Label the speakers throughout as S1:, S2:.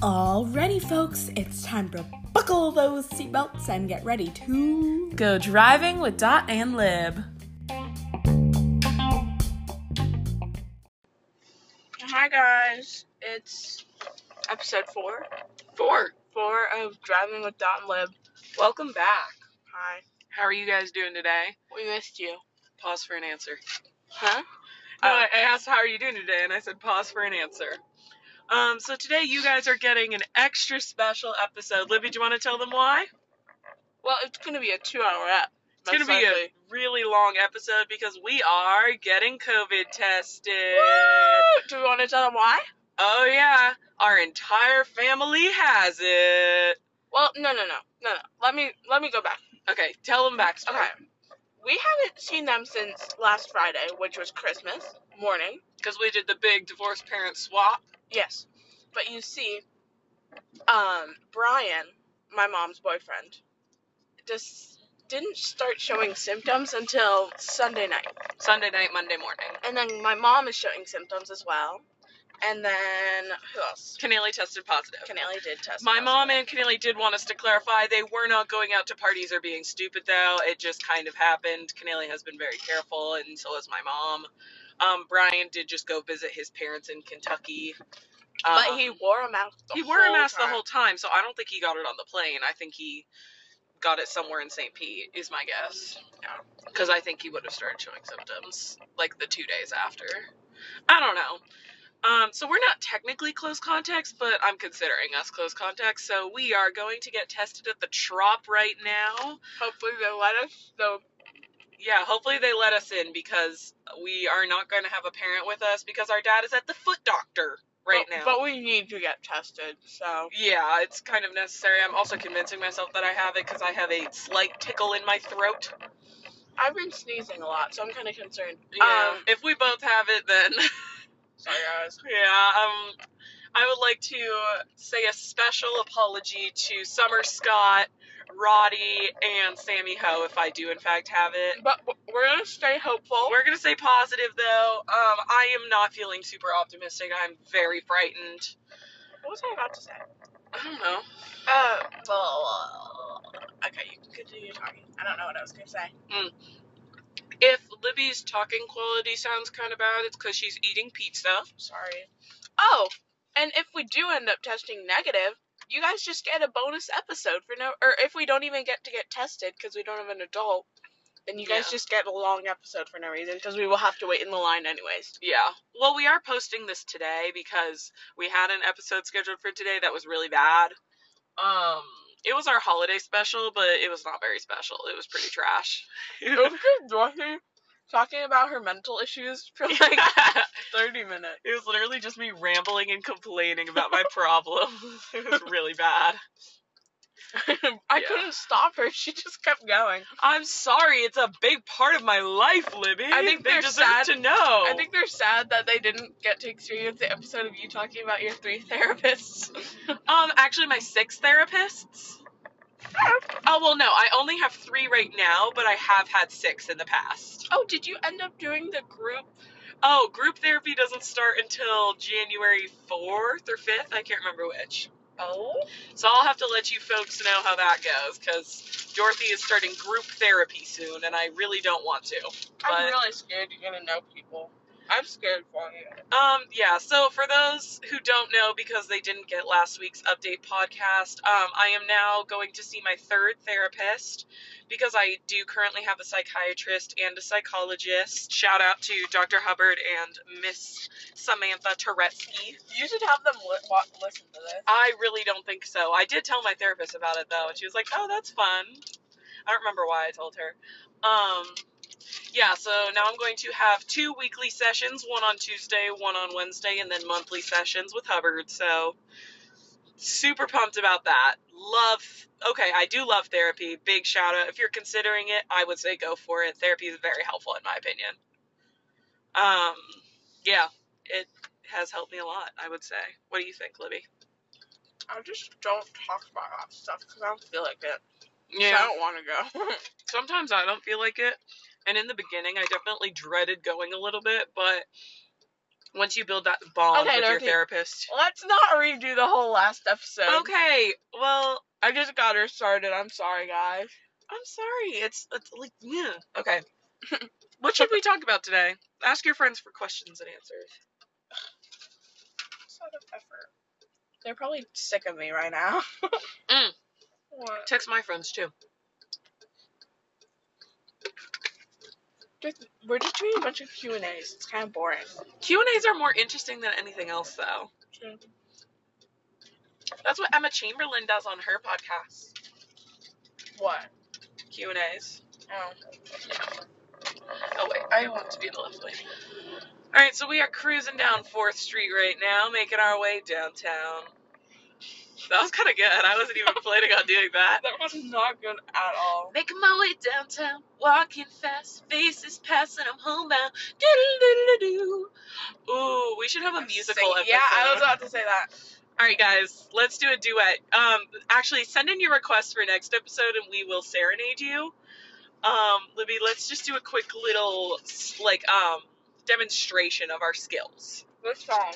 S1: Alrighty, folks, it's time to buckle those seatbelts and get ready to.
S2: Go driving with Dot and Lib.
S3: Hi guys, it's episode four, four, four of Driving with Dot and Lib. Welcome back. Hi.
S4: How are you guys doing today?
S3: We missed you.
S4: Pause for an answer. Oh.
S3: Huh?
S4: No, I I asked how are you doing today, and I said pause for an answer. Um, so today you guys are getting an extra special episode. Libby, do you want to tell them why?
S3: Well, it's gonna be a two-hour app.
S4: It's gonna be a really long episode because we are getting COVID tested.
S3: Do we want to tell them why?
S4: Oh yeah, our entire family has it.
S3: Well, no, no, no, no, no. Let me let me go back.
S4: Okay, tell them backstory.
S3: Okay. We haven't seen them since last Friday, which was Christmas morning.
S4: Because we did the big divorced parent swap.
S3: Yes. But you see, um, Brian, my mom's boyfriend, just didn't start showing symptoms until Sunday night.
S4: Sunday night, Monday morning.
S3: And then my mom is showing symptoms as well. And then who else?
S4: Keneally tested positive.
S3: Canelli did test.
S4: My
S3: positive.
S4: mom and Keneally did want us to clarify they were not going out to parties or being stupid, though. It just kind of happened. Keneally has been very careful, and so has my mom. Um, Brian did just go visit his parents in Kentucky.
S3: But
S4: Um,
S3: he wore a mask. The
S4: he wore a
S3: whole
S4: mask
S3: time.
S4: the whole time, so I don't think he got it on the plane. I think he got it somewhere in St. Pete, is my guess. Because I think he would have started showing symptoms like the two days after. I don't know. Um, so we're not technically close contacts, but I'm considering us close contacts. So we are going to get tested at the Trop right now.
S3: Hopefully they let us. So
S4: Yeah, hopefully they let us in because we are not going to have a parent with us because our dad is at the foot doctor right
S3: but,
S4: now.
S3: But we need to get tested. So
S4: Yeah, it's kind of necessary. I'm also convincing myself that I have it because I have a slight tickle in my throat.
S3: I've been sneezing a lot, so I'm kind of concerned.
S4: Um, if we both have it, then
S3: sorry guys.
S4: yeah. Um, I would like to say a special apology to Summer Scott, Roddy, and Sammy Ho if I do in fact have it.
S3: But w- we're gonna stay hopeful.
S4: We're gonna say positive though. Um, I am not feeling super optimistic. I'm very frightened.
S3: What was I about to say?
S4: I don't know.
S3: Uh, well, okay, you can continue talking. I don't know what I was gonna say.
S4: If Libby's talking quality sounds kind of bad, it's because she's eating pizza.
S3: Sorry. Oh, and if we do end up testing negative, you guys just get a bonus episode for no, or if we don't even get to get tested because we don't have an adult, then you guys
S4: Yeah.
S3: just get a long episode for no reason because we will have to wait in the line anyways.
S4: Yeah. Well, we are posting this today because we had an episode scheduled for today that was really bad. Um, it was our holiday special, but it was not very special. It was pretty trash.
S3: it was just Dorothy talking about her mental issues
S4: Oh
S3: for like
S4: it
S3: 30 minutes.
S4: was literally just me rambling and complaining about my problems. It was really bad.
S3: I
S4: Yeah.
S3: couldn't stop her. She just kept going.
S4: I'm sorry. It's a big part of my life, Libby.
S3: I think
S4: they
S3: they're
S4: deserve
S3: sad.
S4: to know.
S3: I think they're sad that they didn't get to experience the episode of you talking about your three therapists.
S4: Um, actually, my six therapists. Oh well, no, I only have three right now, but I have had six in the past.
S3: Oh, did you end up doing the group?
S4: Oh, group therapy doesn't start until January fourth or fifth. I can't remember which.
S3: Oh.
S4: So I'll have to let you folks know how that goes because Dorothy is starting group therapy soon, and I really don't want to.
S3: I'm
S4: But-
S3: really scared you're gonna know people. I'm scared for you.
S4: Um, yeah, so for those who don't know because they didn't get last week's update podcast, um, I am now going to see my third therapist because I do currently have a psychiatrist and a psychologist. Shout out to Dr. Hubbard and Miss Samantha Turetsky.
S3: You should have them li- wa- listen to this.
S4: I really don't think so. I did tell my therapist about it though, and she was like, "Oh, that's fun." I don't remember why I told her. Um, yeah, so now I'm going to have two weekly sessions, one on Tuesday, one on Wednesday, and then monthly sessions with Hubbard. So super pumped about that. Love okay, I do love therapy. Big shout out. If you're considering it, I would say go for it. Therapy is very helpful in my opinion. Um, yeah, it has helped me a lot, I would say. What do you think, Libby?
S3: I just don't talk about that stuff because I don't feel like it.
S4: Yeah.
S3: I don't want to go.
S4: sometimes I don't feel like it. And in the beginning, I definitely dreaded going a little bit, but Once you build that bond with
S3: Okay,
S4: your
S3: Dorothy.
S4: therapist.
S3: Let's not redo the whole last episode.
S4: Okay, well,
S3: I just got her started. I'm sorry, guys.
S4: I'm sorry. It's, it's like, yeah. Okay. what should we talk about today? Ask your friends for questions and answers.
S3: Sort of effort. They're probably sick of me right now.
S4: Mm.
S3: What?
S4: Text my friends too.
S3: Just- We're just doing a bunch of Q and A's. It's kind of boring.
S4: Q and A's are more interesting than anything else, though. That's what Emma Chamberlain does on her podcast.
S3: What?
S4: Q and A's.
S3: Oh.
S4: Oh wait, I want to be in the left lane. All right, so we are cruising down Fourth Street right now, making our way downtown. That was kind of good. I wasn't even planning on doing that.
S3: That was not good at all.
S4: Making my way downtown, walking fast, faces passing, I'm homebound. Doo-doo-doo-doo-doo. Ooh, we should have a musical
S3: Sing-
S4: episode.
S3: Yeah, I was about to say that.
S4: All right, guys, let's do a duet. Um, actually, send in your requests for next episode, and we will serenade you. Um, Libby, let's just do a quick little like um demonstration of our skills.
S3: Good song.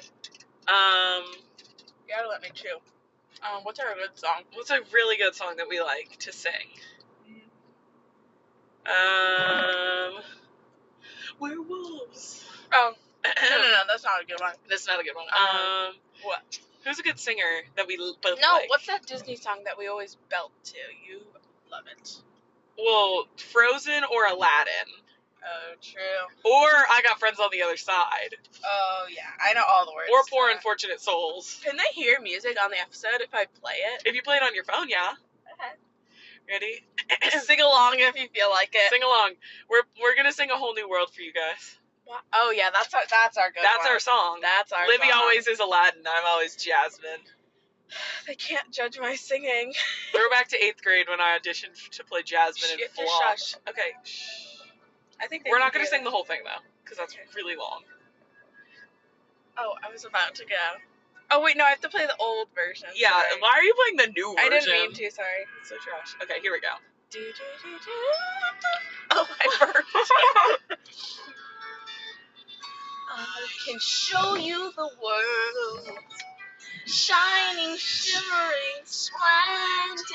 S4: Um,
S3: You gotta let me chew. Um, what's our good song?
S4: what's a really good song that we like to sing? Um, we're wolves.
S3: Oh, no, no, no, that's not a good one.
S4: That's not a good one. Um,
S3: Um,
S4: what? Who's a good singer that we l- both
S3: No,
S4: like?
S3: what's that Disney song that we always belt to? You love it.
S4: Well, Frozen or Aladdin.
S3: Oh, true.
S4: Or I got friends on the other side.
S3: Oh, yeah. I know all the words.
S4: Or
S3: to
S4: poor
S3: that.
S4: unfortunate souls.
S3: Can they hear music on the episode if I play it?
S4: If you play it on your phone, yeah.
S3: Okay.
S4: Ready?
S3: Sing along if you feel like it.
S4: sing along. We're we're gonna sing a whole new world for you guys.
S3: Oh, yeah, that's our, that's our good
S4: That's
S3: one.
S4: our song.
S3: That's our
S4: Libby
S3: song.
S4: always is Aladdin. I'm always Jasmine.
S3: They can't judge my singing.
S4: Throwback to eighth grade when I auditioned f- to play Jasmine and
S3: Shit, just
S4: flop.
S3: shush.
S4: Okay,
S3: I think they
S4: we're
S3: can
S4: not gonna
S3: hear
S4: sing
S3: that.
S4: the whole thing though, because that's really long.
S3: Oh, I was about to go. Oh wait, no, I have to play the old version.
S4: Yeah,
S3: sorry.
S4: why are you playing the new version?
S3: I didn't mean to. Sorry.
S4: It's so trash. Okay, here we go.
S3: Oh, I burped. I can show you the world, shining, shivering,
S5: splendid.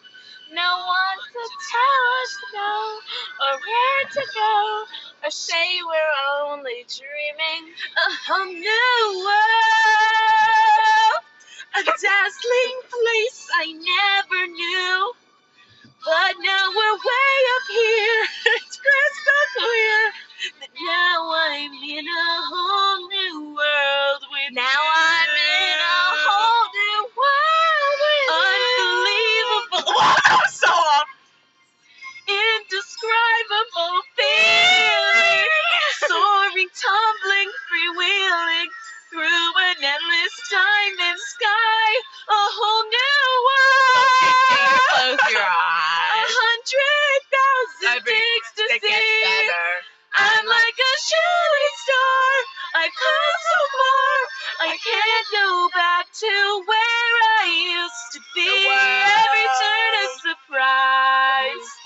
S5: No one could tell us no, or where to go, or say we're only dreaming. A whole new world, a dazzling place I never knew. But now we're way up here, it's crystal clear. That now I'm in a whole new world with Now I'm in a whole new world with Unbelievable.
S4: I'm so off.
S5: Indescribable feeling. Soaring, tumbling, freewheeling through an endless diamond sky. A whole new world.
S3: close your
S5: A
S3: eyes.
S5: hundred thousand things to see. I'm like a shooting star. I've come so far. I can't go back to where I used to be. Every turn a surprise.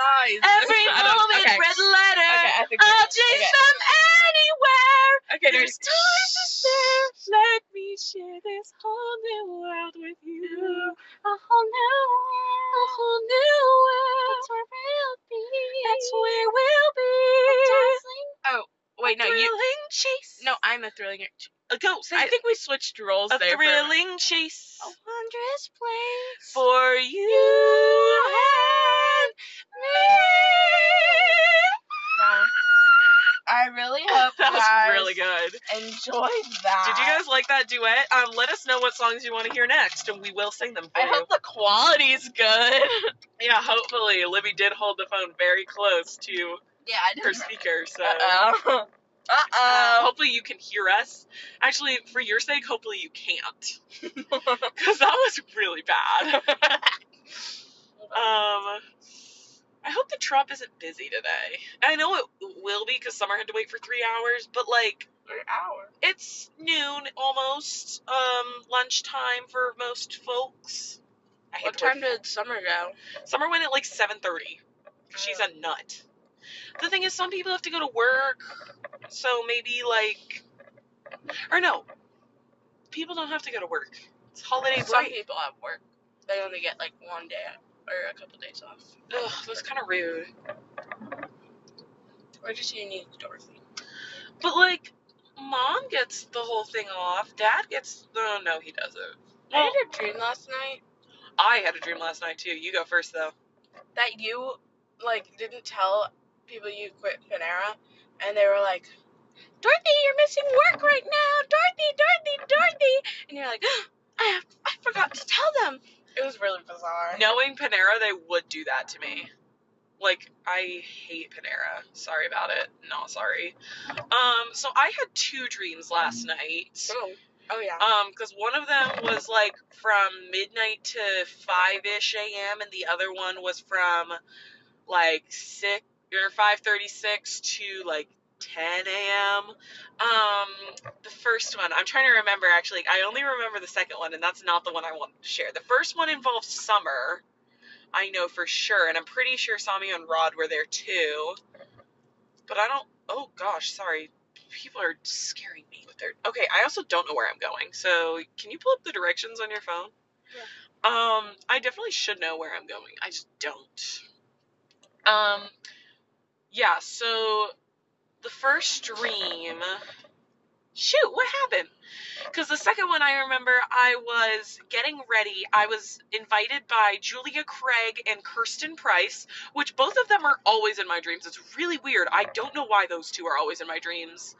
S5: Every moment
S3: okay.
S5: red letter.
S3: Okay, I
S4: Oh,
S3: think
S5: I'll chase
S3: okay.
S5: them anywhere.
S3: okay,
S5: There's time to spare. Let me share this whole new world with you. A whole new world. A whole new world. That's where we'll be. That's where we'll be.
S3: Wait, no, you.
S5: thrilling chase.
S3: No, I'm a thrilling.
S4: Uh, Go. Sing
S3: I
S4: it.
S3: think we switched roles
S4: a
S3: there. for minute.
S4: thrilling chase
S5: A wondrous place.
S4: for you.
S5: and me.
S3: No. I really hope
S4: That was
S3: guys
S4: really good.
S3: enjoyed that.
S4: Did you guys like that duet? Um, let us know what songs you want to hear next, and we will sing them for
S3: I
S4: you.
S3: hope the quality's good.
S4: yeah, hopefully Libby did hold the phone very close to
S3: Yeah, I did.
S4: her speaker, so
S3: Uh oh. Uh
S4: Uh,
S3: oh.
S4: hopefully you can hear us. Actually, for your sake, hopefully you can't. Because that was really bad. um, I hope the Trop isn't busy today. I know it will be because Summer had to wait for three hours, but like,
S3: hour.
S4: it's noon almost, um, lunchtime for most folks. I hate
S3: What
S4: the word
S3: time did summer go?
S4: Summer went at like 7:30. She's a nut. The thing is, some people have to go to work, so maybe like, or no, people don't have to go to work. It's holiday
S3: Some
S4: break.
S3: people at work, they only get like one day or a couple days off.
S4: Ugh, that's kind of rude.
S3: Or just unique, Dorothy.
S4: But like, mom gets the whole thing off. Dad gets no, no, he doesn't.
S3: I
S4: Well,
S3: had a dream last night
S4: I had a dream last night too. You go first though.
S3: that you like didn't tell people you quit Panera, and they were like, "Dorothy, you're missing work right now, Dorothy, Dorothy, Dorothy," and you're like, "I I forgot to tell them." It was really bizarre.
S4: Knowing Panera, they would do that to me. Like, I hate Panera. Sorry about it. Not sorry. Um, so I had two dreams last night.
S3: Oh, oh yeah.
S4: Um, because one of them was like from midnight to five ish a.m., and the other one was from like six or five thirty six to like ten a.m. Um, the first one I'm trying to remember actually. I only remember the second one, and that's not the one I wanted to share. The first one involved summer. I know for sure, and I'm pretty sure Sami and Rod were there too. But I don't. Oh gosh, sorry. People are scaring me with their. Okay, I also don't know where I'm going. So can you pull up the directions on your phone?
S3: Yeah.
S4: Um, I definitely should know where I'm going. I just don't. Um, yeah. So the first dream. Shoot, what happened? Because the second one I remember, I was getting ready. I was invited by Julia Craig and Kirsten Price, which both of them are always in my dreams. It's really weird. I don't know why those two are always in my dreams.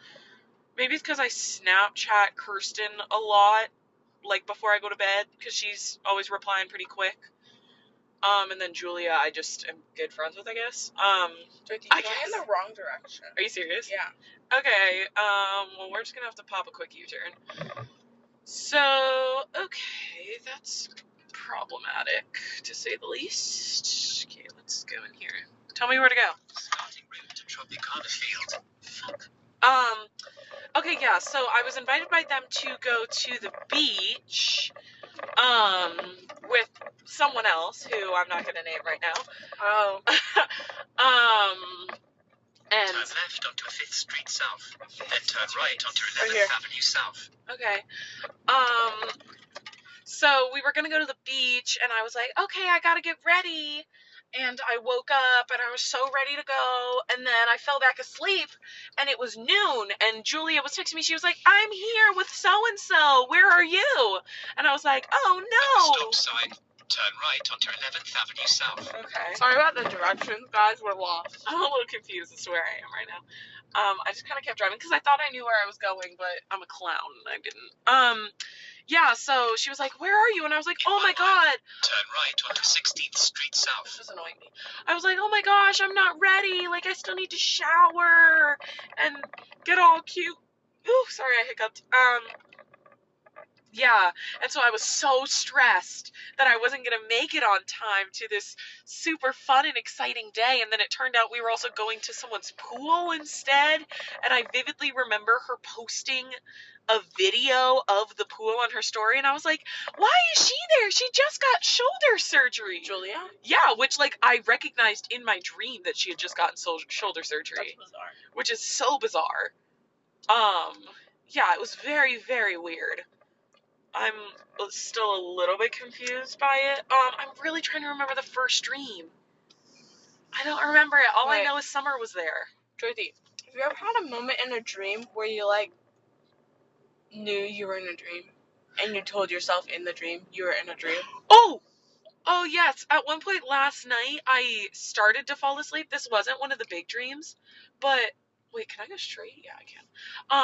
S4: Maybe it's because I Snapchat Kirsten a lot, like before I go to bed, because she's always replying pretty quick. Um, and then Julia, I just am good friends with, I guess. Um,
S3: Dorothy,
S4: I
S3: you're going in
S4: guess-
S3: the wrong direction.
S4: are you serious?
S3: Yeah.
S4: Okay, um, well, we're just gonna have to pop a quick U turn. So, okay, that's problematic to say the least. Okay, let's go in here. Tell me where to go.
S6: Starting route to Tropicana Field.
S4: Um, okay, yeah, so I was invited by them to go to the beach, um, with someone else who I'm not gonna name right
S3: Oh.
S4: now. um, and.
S6: Turn left onto 5th Street South. Then turn right onto
S3: Right
S6: 11th
S3: here.
S6: Avenue South.
S4: Okay. Um so we were going to go to the beach and I was like, "Okay, I got to get ready." And I woke up and I was so ready to go and then I fell back asleep and it was noon and Julia was texting me. She was like, "I'm here with so and so. Where are you?" And I was like, "Oh
S6: Stop sign. Turn right onto 11th Avenue South.
S4: no." Okay.
S3: Sorry about the directions, guys. We're lost.
S4: I'm a little confused as to where I am right now. Um, I just kind of kept driving because I thought I knew where I was going, but I'm a clown and I didn't. Um, yeah. So she was like, "Where are you?" And I was like, "Oh my god,
S6: Turn right onto 16th Street
S4: This
S6: South.
S4: was annoying me. I was like, oh my gosh, I'm not ready. Like, I still need to shower and get all cute. Ooh, sorry, I hiccuped. Um, yeah. And so I was so stressed that I wasn't going to make it on time to this super fun and exciting day. And then it turned out we were also going to someone's pool instead. And I vividly remember her posting a video of the pool on her story. And I was like, why is she there? She just got shoulder surgery.
S3: Julia?
S4: Yeah, which like I recognized in my dream that she had just gotten sol- shoulder
S3: That's
S4: surgery,
S3: bizarre.
S4: which is so bizarre. Um, yeah, it was very very weird. I'm still a little bit confused by it. Um, I'm really trying to remember the first dream. I don't remember it. All I
S3: Wait.
S4: know is Summer was there.
S3: Dorothy, have you ever had a moment in a dream where you, like, knew you were in a dream? And you told yourself in the dream you were in a dream?
S4: Oh, oh yes. At one point last night, I started to fall asleep. This wasn't one of the big dreams, but wait, can I go straight? Yeah, I can.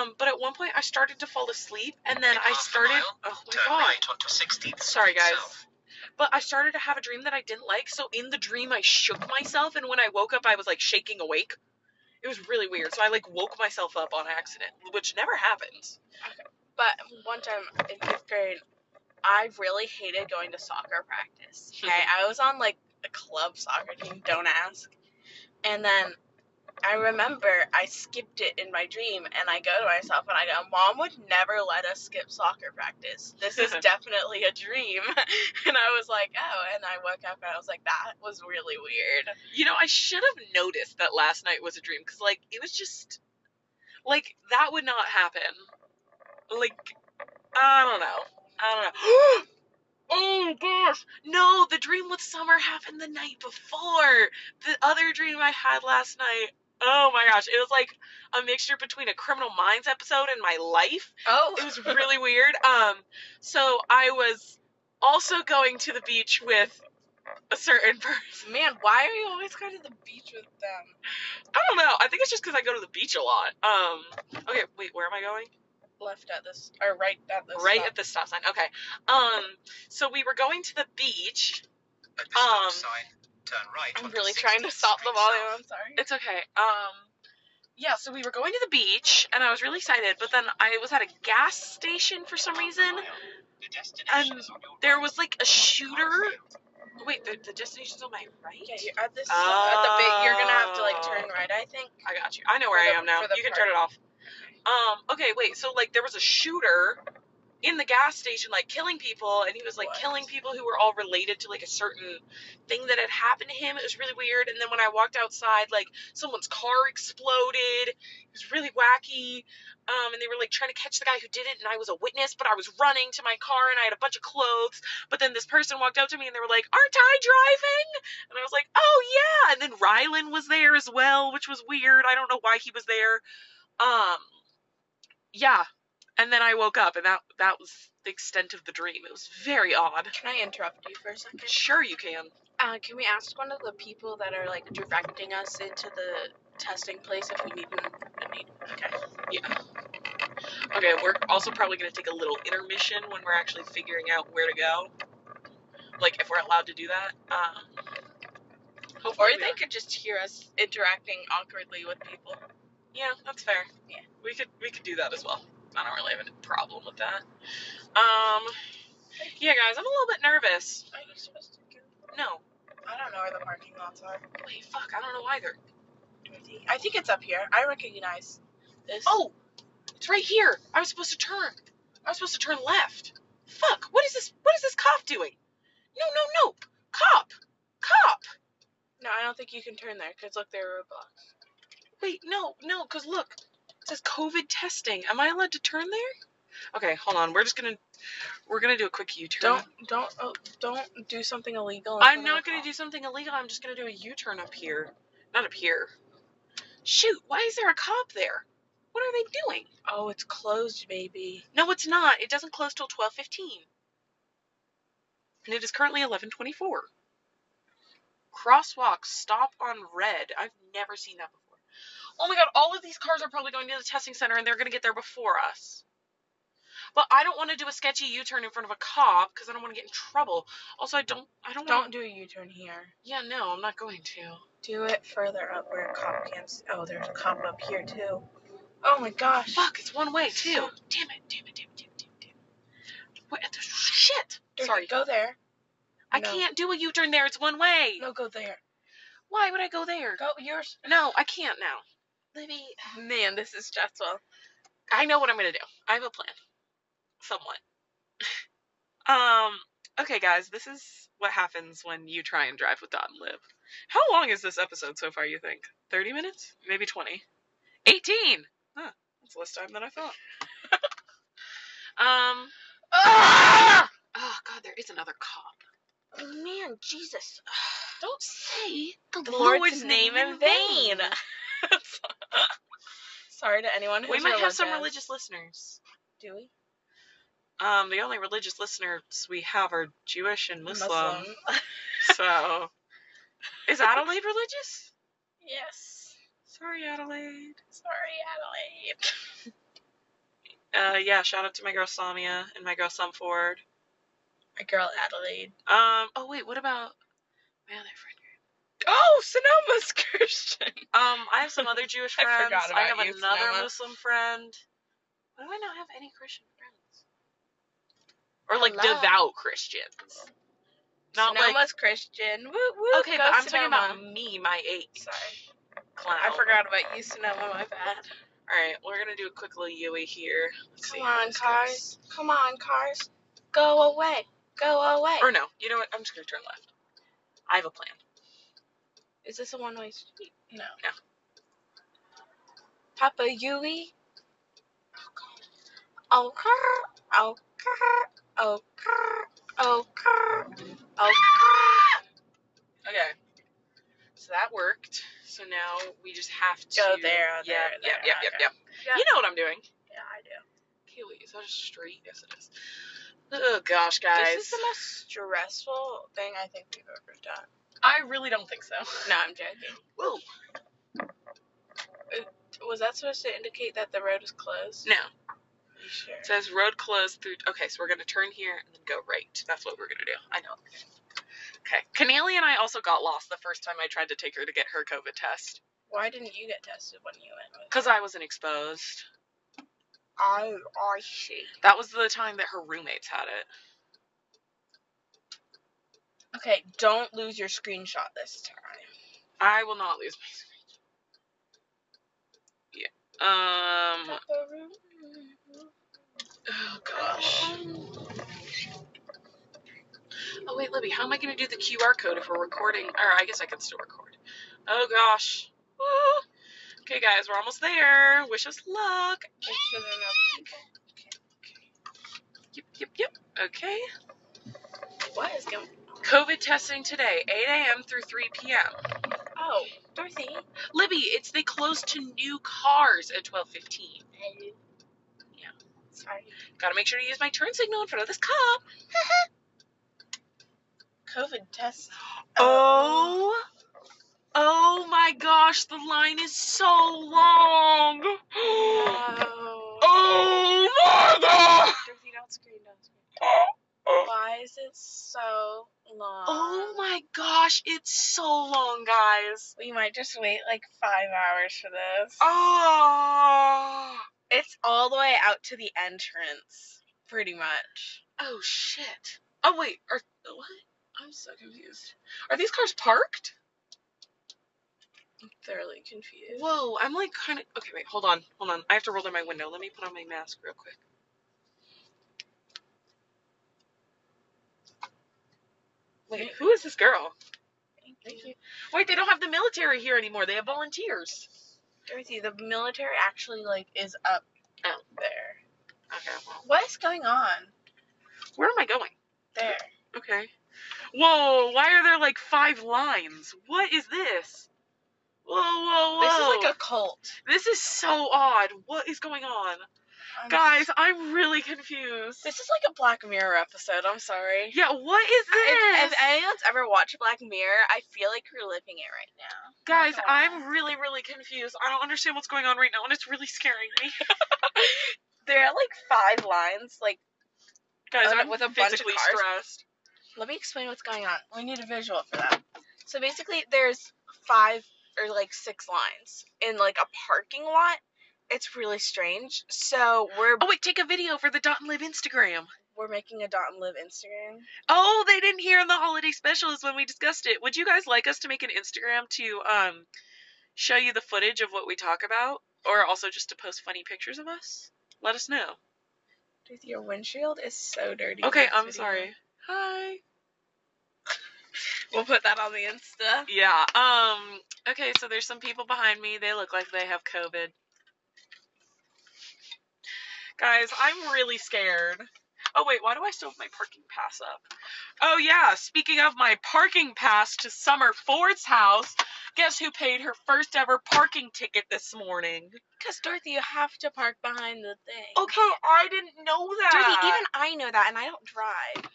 S4: Um, but at one point, I started to fall asleep, and then
S6: In
S4: I
S6: half a
S4: started.
S6: mile,
S4: Oh my
S6: Turn
S4: god.
S6: right onto 16th
S4: Sorry,
S6: Street
S4: guys.
S6: South.
S4: But I started to have a dream that I didn't like. So in the dream, I shook myself, and when I woke up, I was like shaking awake. It It was really weird. So I like woke myself up on accident, which never happens.
S3: But one time in fifth grade, I really hated going to soccer practice. Okay, I was on like a club soccer team. Don't ask. And then I remember I skipped it in my dream, and I go to myself and I go, "Mom would never let us skip soccer practice. This is definitely a dream." and I was like, "Oh," and I woke up and I was like, "That was really weird."
S4: You know, I should have noticed that last night was a dream because like it was just like that would not happen. Like I don't know. I don't know. Oh gosh! No, the dream with Summer happened the night before. The other dream I had last night. Oh my gosh! It was like a mixture between a Criminal Minds episode and my life.
S3: Oh,
S4: It was really weird. Um, so I was also going to the beach with a certain person.
S3: man, why are you always going to the beach with them?
S4: I don't know. I think it's just because I go to the beach a lot. Um, okay, wait, where am I going?
S3: Left at this or right at this.
S4: right
S3: stop.
S4: at the stop sign. Okay. Um, so we were going to the beach.
S6: At the stop
S4: Um,
S6: sign, turn right.
S3: I'm
S6: onto
S3: really
S6: 16th
S3: trying to stop the
S6: Street South.
S3: volume. I'm sorry.
S4: It's okay. Um, yeah, so we were going to the beach, and I was really excited. But then I was at a gas station for some reason.
S6: The destination
S4: and
S6: is on your
S4: There
S6: right.
S4: was like a shooter. Wait, the, the destination's on my right.
S3: Yeah, you're at this at the big. You're gonna have to like
S4: Oh.
S3: turn right, I think.
S4: I got you. I know where
S3: For
S4: I
S3: the-
S4: am now.
S3: for the
S4: You can
S3: park.
S4: turn it off. Um, okay, wait. So like there was a shooter in the gas station like killing people and he was like
S3: What?
S4: killing people who were all related to like a certain thing that had happened to him. It was really weird. And then when I walked outside, like someone's car exploded. It was really wacky. Um, and they were like trying to catch the guy who did it and I was a witness, but I was running to my car and I had a bunch of clothes. But then this person walked up to me and they were like, "Aren't I driving?" And I was like, "Oh yeah." And then Rylan was there as well, which was weird. I don't know why he was there. Um, yeah. And then I woke up, and that that was the extent of the dream. It was very odd.
S3: Can I interrupt you for a second?
S4: Sure, you can.
S3: Uh, can we ask one of the people that are like directing us into the testing place if we need? an- I need. Okay.
S4: Okay, we're also probably gonna take a little intermission when we're actually figuring out where to go. Like if we're allowed to do that. Um,
S3: Or
S4: hopefully we
S3: they
S4: are.
S3: could just hear us interacting awkwardly with people.
S4: Yeah, that's fair.
S3: Yeah.
S4: We could we could do that as well. I don't really have a problem with that. Um, yeah, guys, I'm a little bit nervous.
S3: Are you supposed to go?
S4: No,
S3: I don't know where the parking lots are.
S4: wait, fuck, I don't know either.
S3: I think it's up here. I recognize this.
S4: Oh, it's right here. I was supposed to turn. I was supposed to turn left. Fuck. What is this? What is this cop doing? No, no, no. Cop. Cop.
S3: no, I don't think you can turn there because look, there are roadblocks.
S4: Wait, no, no, because look. It says COVID testing. Am I allowed to turn there? Okay, hold on. We're just gonna we're gonna do a quick U-turn.
S3: Don't don't oh, don't do something illegal. in
S4: I'm
S3: front of
S4: not
S3: a
S4: gonna
S3: cop.
S4: do something illegal. I'm just gonna do a U-turn up here. Not up here. Shoot, why is there a cop there? What are they doing?
S3: Oh, it's closed, baby.
S4: No, it's not. It doesn't close till 12:15. And it is currently 11:24. Crosswalk stop on red. I've never seen that before. Oh my god, all of these cars are probably going to the testing center and they're going to get there before us. But I don't want to do a sketchy U-turn in front of a cop cuz I don't want to get in trouble. Also, I don't I don't,
S3: Don't
S4: want
S3: do a U-turn here.
S4: Yeah, no, I'm not going to.
S3: Do it further up where a cop can't. See. Oh, there's a cop up here too. Oh my gosh.
S4: Fuck, it's one way too. Damn it, damn it, damn it, damn it, damn it. What, shit.
S3: Dirty,
S4: Sorry.
S3: Go there.
S4: I
S3: No.
S4: can't do a U-turn there. It's one way.
S3: No, go there.
S4: Why would I go there?
S3: Go. Yours.
S4: No, I can't now.
S3: Libby. Man, this is stressful.
S4: I know what I'm gonna do. I have a plan. Somewhat. um. Okay, guys, this is what happens when you try and drive with Dot and Liv. How long is this episode so far? You think thirty minutes? Maybe twenty? Eighteen? Huh. That's less time than I thought. um.
S3: Ah!
S4: Oh God, there is another cop.
S3: Man, Jesus.
S4: Don't say the,
S3: The Lord's, name in vain. Sorry to anyone who's
S4: We might have some
S3: religious.
S4: religious listeners.
S3: Do we?
S4: Um, the only religious listeners we have are Jewish and Muslim. So, is Adelaide religious?
S3: yes.
S4: Sorry, Adelaide.
S3: Sorry, Adelaide.
S4: Uh, yeah. Shout out to my girl Samia and my girl Sam Ford.
S3: My girl Adelaide.
S4: Um. Oh wait. What about my other friend?
S3: Oh, Sonoma's Christian.
S4: Um, I have some other Jewish
S3: I
S4: friends.
S3: forgot about
S4: have
S3: you,
S4: another
S3: Sonoma.
S4: Muslim friend. Why do I not have any Christian friends? Or like
S3: Hello.
S4: devout Christians. Not
S3: Sonoma's
S4: like
S3: Christian. Woo, woo,
S4: okay,
S3: go
S4: but I'm
S3: Sonoma.
S4: talking about me, my eight
S3: Sorry,
S4: clown.
S3: I forgot about you, Sonoma. My bad.
S4: All right, we're gonna do a quick little Yui here. Let's see
S3: Come
S4: how
S3: on,
S4: this
S3: cars. Come on, cars. Go away. Go away.
S4: goes. Or no, you know what? I'm just gonna turn left. I have a plan.
S3: Is this a one-way street? No.
S4: No.
S3: Papa Yui. Oh, grr. oh, grr. oh, grr. oh, grr. oh. grr.
S4: Okay. So that worked. So now we just have to
S3: Go
S4: Yeah,
S3: there, there,
S4: yeah,
S3: there,
S4: yeah, yeah,
S3: okay.
S4: yeah.
S3: Yeah.
S4: You know what I'm doing.
S3: Yeah, I do.
S4: Kiwi, is that a street? Yes, it is. Oh gosh, guys.
S3: This is the most stressful thing I think we've ever done.
S4: I really don't think so.
S3: No, I'm joking.
S4: Whoa.
S3: Was that supposed to indicate that the road is closed?
S4: No.
S3: You sure?
S4: It says road closed through. Okay, so we're gonna turn here and then go right. That's what we're gonna do. I know. Okay. Keneally and I also got lost the first time I tried to take her to get her COVID test
S3: Why didn't you get tested when you went? with-
S4: because I wasn't exposed.
S3: Oh, I see.
S4: That was the time that her roommates had it.
S3: Okay, don't lose your screenshot this time.
S4: I will not lose my screen. Yeah. Um. Oh gosh. Oh wait, Libby, how am I gonna do the QR code if we're recording? Or I guess I can still record. Oh gosh. Woo. Okay, guys, we're almost there. Wish us luck.
S3: Make sure there are no people.
S4: Yep, yep, yep. Okay.
S3: What is going?
S4: COVID testing today, 8 a.m. through 3 p.m.
S3: Oh, Dorothy.
S4: Libby, it's they closed to new cars at 12:15.
S3: Yeah. Sorry.
S4: Gotta make sure to use my turn signal in front of this cop.
S3: COVID test.
S4: Oh. Oh my gosh, the line is so long.
S3: Oh.
S4: Oh my god!
S3: Dorothy, don't scream. Don't scream. Why is it so long?
S4: Oh my gosh, it's so long, guys.
S3: We might just wait like five hours for this.
S4: Oh.
S3: Oh, It's all the way out to the entrance, pretty much.
S4: Oh shit. Oh wait, are what? I'm so confused. Are these cars parked?
S3: I'm thoroughly confused.
S4: Whoa, I'm like kind of okay. Wait, hold on, hold on. I have to roll down my window. Let me put on my mask real quick. Wait, who is this girl?
S3: Thank you.
S4: Wait, they don't have the military here anymore. They have volunteers.
S3: Dorothy, the military actually like is up
S4: Oh.
S3: there.
S4: Okay, well,
S3: What is going on
S4: where am I going?
S3: there?
S4: Okay. Whoa, why are there like five lines? What is this? Whoa, whoa, whoa.
S3: This is like a cult.
S4: This is so odd. What is going on?
S3: I'm-
S4: Guys, I'm really confused.
S3: Um, this Uh, is like a Black Mirror episode. I'm sorry.
S4: yeah, what is this?
S3: If, if anyone's ever watched Black Mirror, I feel like you're living it right now.
S4: Guys,
S3: gonna lie.
S4: I'm really, really confused. I don't understand what's going on right now, and it's really scaring me.
S3: There are like five lines. Like,
S4: Guys,
S3: Oh,
S4: I'm
S3: with a bunch of
S4: physically
S3: cars?
S4: stressed.
S3: let me explain what's going on. We need a visual for that. So basically, there's five or like six lines in like a parking lot. It's really strange. So we're
S4: Oh wait, take a video for the Dot and Live Instagram.
S3: we're making a dot and live Instagram.
S4: Oh, they didn't hear in the holiday special is when we discussed it. Would you guys like us to make an Instagram to um show you the footage of what we talk about, or also just to post funny pictures of us? Let us know.
S3: Dude, your windshield is so dirty. in
S4: Okay,
S3: this
S4: I'm
S3: video.
S4: sorry. Hi.
S3: We'll put that on the Insta.
S4: Yeah. Um. Okay. So there's some people behind me. They look like they have COVID. Guys, I'm really scared. Oh wait, why do I still have my parking pass up? Oh yeah. Speaking of my parking pass to Summer Ford's house, guess who paid her first ever parking ticket this morning?
S3: Because Dorothy, you have to park behind the thing.
S4: Okay, I didn't know that.
S3: Dorothy, even I know that, and I don't drive.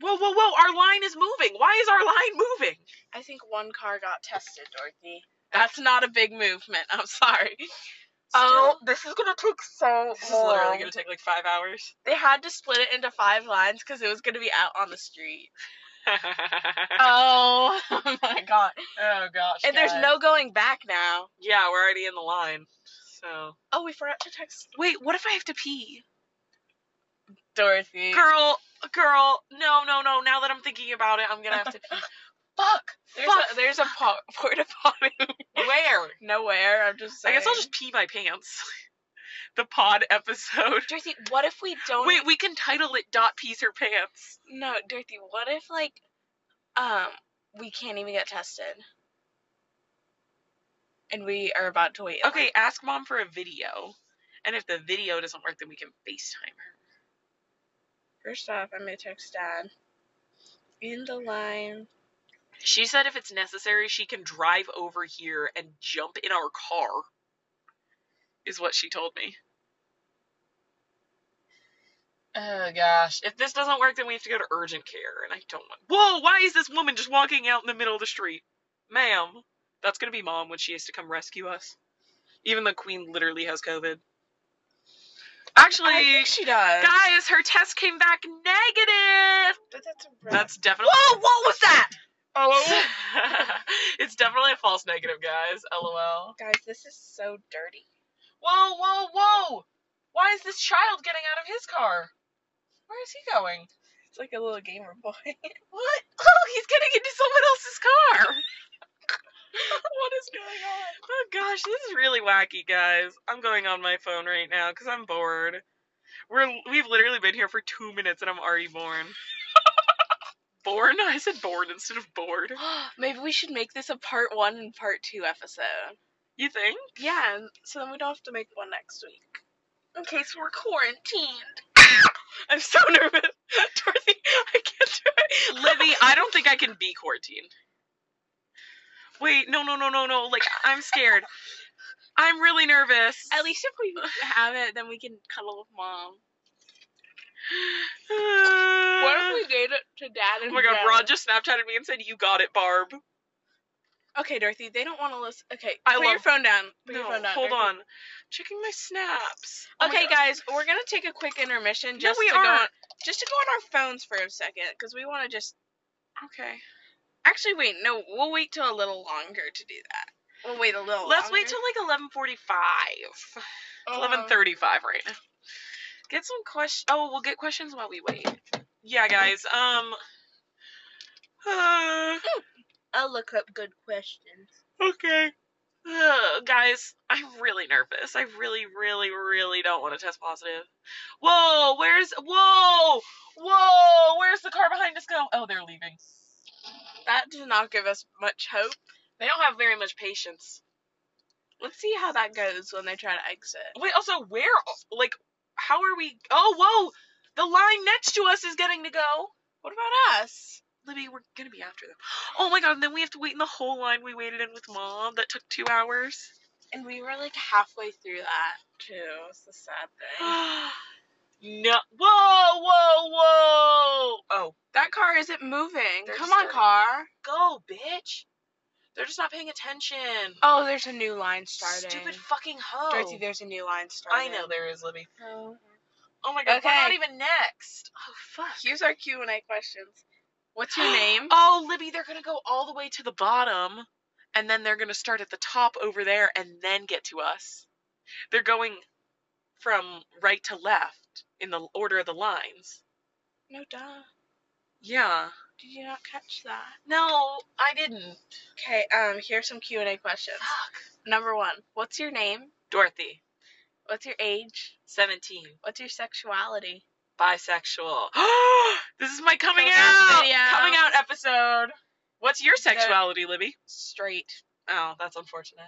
S4: whoa, whoa, whoa! Our line is moving. Why is our line moving?
S3: I think one car got tested, Dorothy. That's not a big movement. I'm sorry. Oh, this is gonna take so
S4: This is
S3: long.
S4: literally gonna take like five hours.
S3: They had to split it into five lines because it was gonna be out on the street. Oh, my god.
S4: oh gosh.
S3: And there's
S4: guys.
S3: no going back now.
S4: Yeah, we're already in the line. So
S3: Oh, we forgot to text
S4: wait, what if I have to pee?
S3: Dorothy.
S4: Girl, girl, no, no, no. Now that I'm thinking about it, I'm gonna have to pee.
S3: fuck. There's
S4: Fuck.
S3: a there's a po- porta potty
S4: Where?
S3: nowhere. I'm just
S4: I
S3: saying.
S4: guess I'll just pee my pants. the pod episode.
S3: Dorothy, what if we don't
S4: Wait, we can title it "Dot Pees Her Pants."
S3: No, Dorothy, what if like um we can't even get tested? And we are about to wait. in
S4: Okay, ask mom for a video, and if the video doesn't work, then we can FaceTime her.
S3: First off, I'm gonna text dad. In the line.
S4: She said if it's necessary, she can drive over here and jump in our car. Is what she told me. Oh gosh. If this doesn't work, then we have to go to urgent care, and I don't want. Whoa, why is this woman just walking out in the middle of the street? Ma'am, that's gonna be mom when she has to come rescue us. Even though Queen literally has COVID. Actually,
S3: I think she does.
S4: guys, her test came back negative!
S3: But that's a red.
S4: That's definitely.
S3: Whoa, what was that? Oh
S4: it's definitely a false negative, guys. LOL.
S3: guys, this is so dirty.
S4: Whoa, whoa, whoa! Why is this child getting out of his car? Where is he going?
S3: It's like a little gamer boy.
S4: What? Oh, he's getting into someone else's car! what is going on? Oh gosh, this is really wacky, guys. I'm going on my phone right now because I'm bored. We're we've literally been here for two minutes and I'm already born. born? I said born instead of bored.
S3: Maybe we should make this a part one and part two episode.
S4: You think?
S3: Yeah, and so then we don't have to make one next week. In case we're quarantined. I'm so nervous. Dorothy, I can't do it.
S4: Livy, I don't think I can be quarantined. Wait, no, no, no, no, no. Like, I'm scared. I'm really nervous.
S3: At least if we have it, then we can cuddle with mom. What if we gave it to dad
S4: Oh
S3: and
S4: my god,
S3: Jen?
S4: Rod just Snapchatted me and said, You got it, Barb.
S3: Okay, Dorothy, they don't want to listen. Okay,
S4: I
S3: put your
S4: love-
S3: phone down. Put
S4: No,
S3: your phone down.
S4: hold
S3: Dorothy.
S4: on. Checking my snaps. Oh my
S3: Okay,
S4: God.
S3: guys, we're gonna take a quick intermission just
S4: we
S3: to go on,
S4: aren't.
S3: just to go on our phones for a second because we want to just
S4: Okay.
S3: actually wait. No, we'll wait till a little longer to do that. We'll wait a little.
S4: Let's wait
S3: longer.
S4: till like 1145.
S3: Oh,
S4: Eleven thirty-five right now. Get some questions. Oh, we'll get questions while we wait. Yeah, guys. Um. uh,
S3: I'll look up good questions.
S4: okay. Uh, guys, I'm really nervous. I really, really, really don't want to test positive. Whoa, where's whoa, whoa, where's the car behind us go? Oh, they're leaving.
S3: That did not give us much hope.
S4: They don't have very much patience.
S3: Let's see how that goes when they try to exit.
S4: Wait, also, where? Like, how are we? Oh, whoa, the line next to us is getting to go.
S3: What about us?
S4: Libby, we're gonna be after them. Oh my god, and then we have to wait in the whole line we waited in with mom that took two hours.
S3: And we were like halfway through that too. It's the sad thing.
S4: no. Whoa, whoa, whoa. Oh,
S3: that car isn't moving.
S4: They're
S3: Come
S4: just
S3: on,
S4: starting.
S3: car.
S4: go, bitch. They're just not paying attention.
S3: Oh, there's a new line starting.
S4: Stupid fucking hoe.
S3: Dorothy, there's a new line starting.
S4: I know there is, Libby.
S3: Oh.
S4: Oh my god, we're
S3: Okay.
S4: not even next. Oh, fuck.
S3: Here's our Q and A questions. What's your name?
S4: Oh, Libby, they're gonna go all the way to the bottom, and then they're gonna start at the top over there and then get to us. They're going from right to left in the order of the lines.
S3: No, duh.
S4: Yeah.
S3: Did you not catch that?
S4: No, I didn't.
S3: Okay. Um. Here's some Q and A questions.
S4: Fuck.
S3: Number one. What's your name?
S4: Dorothy,
S3: What's your age?
S4: 17,
S3: What's your sexuality?
S4: bisexual. this is my coming
S3: Coming out
S4: out
S3: video.
S4: coming out episode. What's your sexuality, Libby?
S3: Straight.
S4: Oh, that's unfortunate.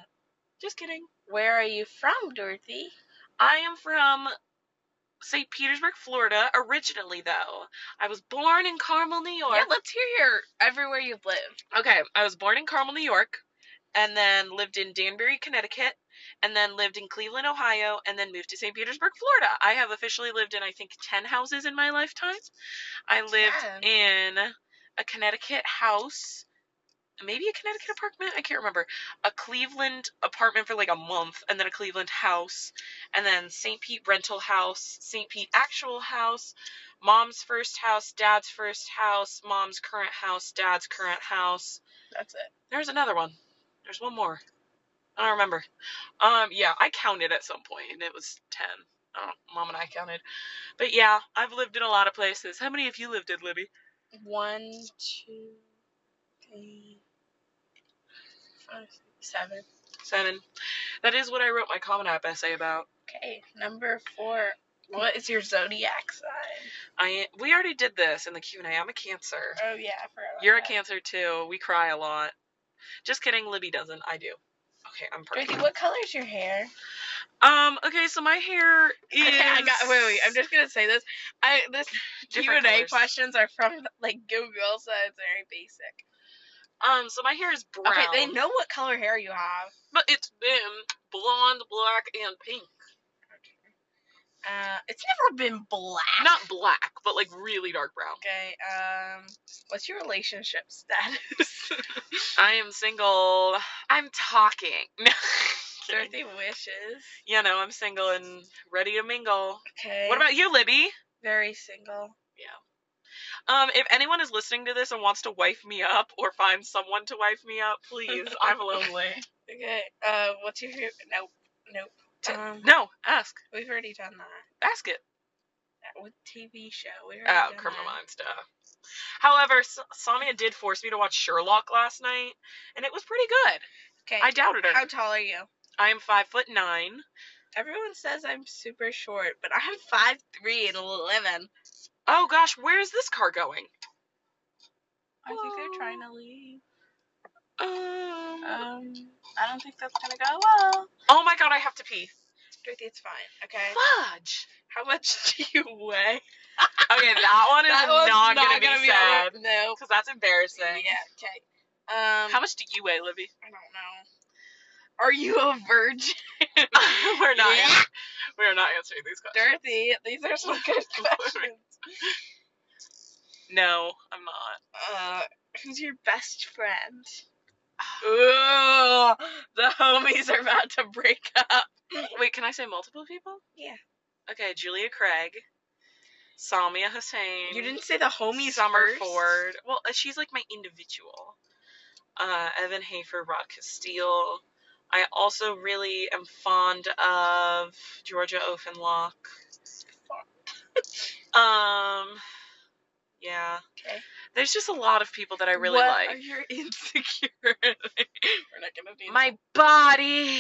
S4: Just kidding.
S3: Where are you from, Dorothy?
S4: I am from St. Petersburg, Florida, originally, though. I was born in Carmel, New
S3: Yeah,
S4: York.
S3: let's hear your everywhere you've lived.
S4: Okay, I was born in Carmel, New York, and then lived in Danbury, Connecticut, and then lived in Cleveland, Ohio, and then moved to St. Petersburg, Florida. I have officially lived in, I think, 10 houses in my lifetime. I lived
S3: Ten.
S4: in a Connecticut house maybe a Connecticut apartment. I can't remember. A Cleveland apartment for like a month, and then a Cleveland house, and then St. Pete rental house, St. Pete actual house, mom's first house, dad's first house, mom's current house, dad's current house.
S3: That's it.
S4: There's another one. There's one more. I don't remember. Um, yeah, I counted at some point, and it was ten. Oh, Mom and I counted. But yeah, I've lived in a lot of places. How many of you lived in, Libby?
S3: One, two, three, five, six, seven.
S4: Seven. That is what I wrote my Common App essay about.
S3: Okay, number four. What is your zodiac sign?
S4: I we already did this in the Q and A. I'm a Cancer.
S3: Oh yeah, I forgot. about
S4: You're a
S3: that.
S4: Cancer too. We cry a lot. Just kidding, Libby doesn't. I do. Okay, I'm perfect.
S3: Dorothy, what color is your hair?
S4: Um. Okay, so my hair is.
S3: Okay, I got. Wait, wait. I'm just gonna say this. I this Q
S4: Different
S3: and A
S4: colors.
S3: questions are from like Google, so it's very basic.
S4: Um. So my hair is brown.
S3: Okay, they know what color hair you have.
S4: But it's been blonde, black, and pink.
S3: Uh, it's never been black.
S4: Not black, but like really dark brown.
S3: Okay. Um, what's your relationship status?
S4: I am single. I'm talking.
S3: Dorothy wishes.
S4: you know, I'm single and ready to mingle.
S3: Okay.
S4: What about you, Libby?
S3: very single?
S4: Um, if anyone is listening to this and wants to wife me up or find someone to wife me up, please, I'm lonely.
S3: Okay. Uh, what's your nope? Nope. Um,
S4: No, ask.
S3: we've already done that.
S4: Ask it.
S3: That with TV show. We already
S4: Oh,
S3: done
S4: criminal
S3: that.
S4: minds stuff. However, S- Samia did force me to watch Sherlock last night, and it was pretty good.
S3: Okay.
S4: I doubted her.
S3: How tall are you?
S4: I am five foot nine.
S3: Everyone says I'm super short, but I'm five three and eleven.
S4: Oh gosh, where is this car going?
S3: I think they're trying to leave. Um, I don't think that's gonna go well.
S4: Uh, oh my god, I have to pee.
S3: Dorothy, it's fine. Okay.
S4: Fudge.
S3: How much do you weigh?
S4: Okay, that one is
S3: That one's
S4: not, gonna, be, sad
S3: on there. No.
S4: because that's embarrassing.
S3: Yeah. Okay. Um,
S4: How much do you weigh, Libby?
S3: I don't know. Are you a virgin,
S4: We're not.
S3: Yeah.
S4: ans- We are not answering these questions.
S3: Dorothy? These are some good questions.
S4: No, I'm not.
S3: Uh, who's your best friend? Ooh, the homies are about to break up.
S4: Wait, can I say multiple people?
S3: Yeah.
S4: Okay, Julia Craig, Samia Hussein.
S3: You didn't say the homies
S4: Summer
S3: first.
S4: Ford. Well, uh, she's like my individual. Uh, Evan Hafer, Rod Castile. I also really am fond of Georgia Offenlock. Um, yeah.
S3: Okay.
S4: There's just a lot of people that I really
S3: what
S4: like.
S3: Are your insecurity? We're not gonna do
S4: my body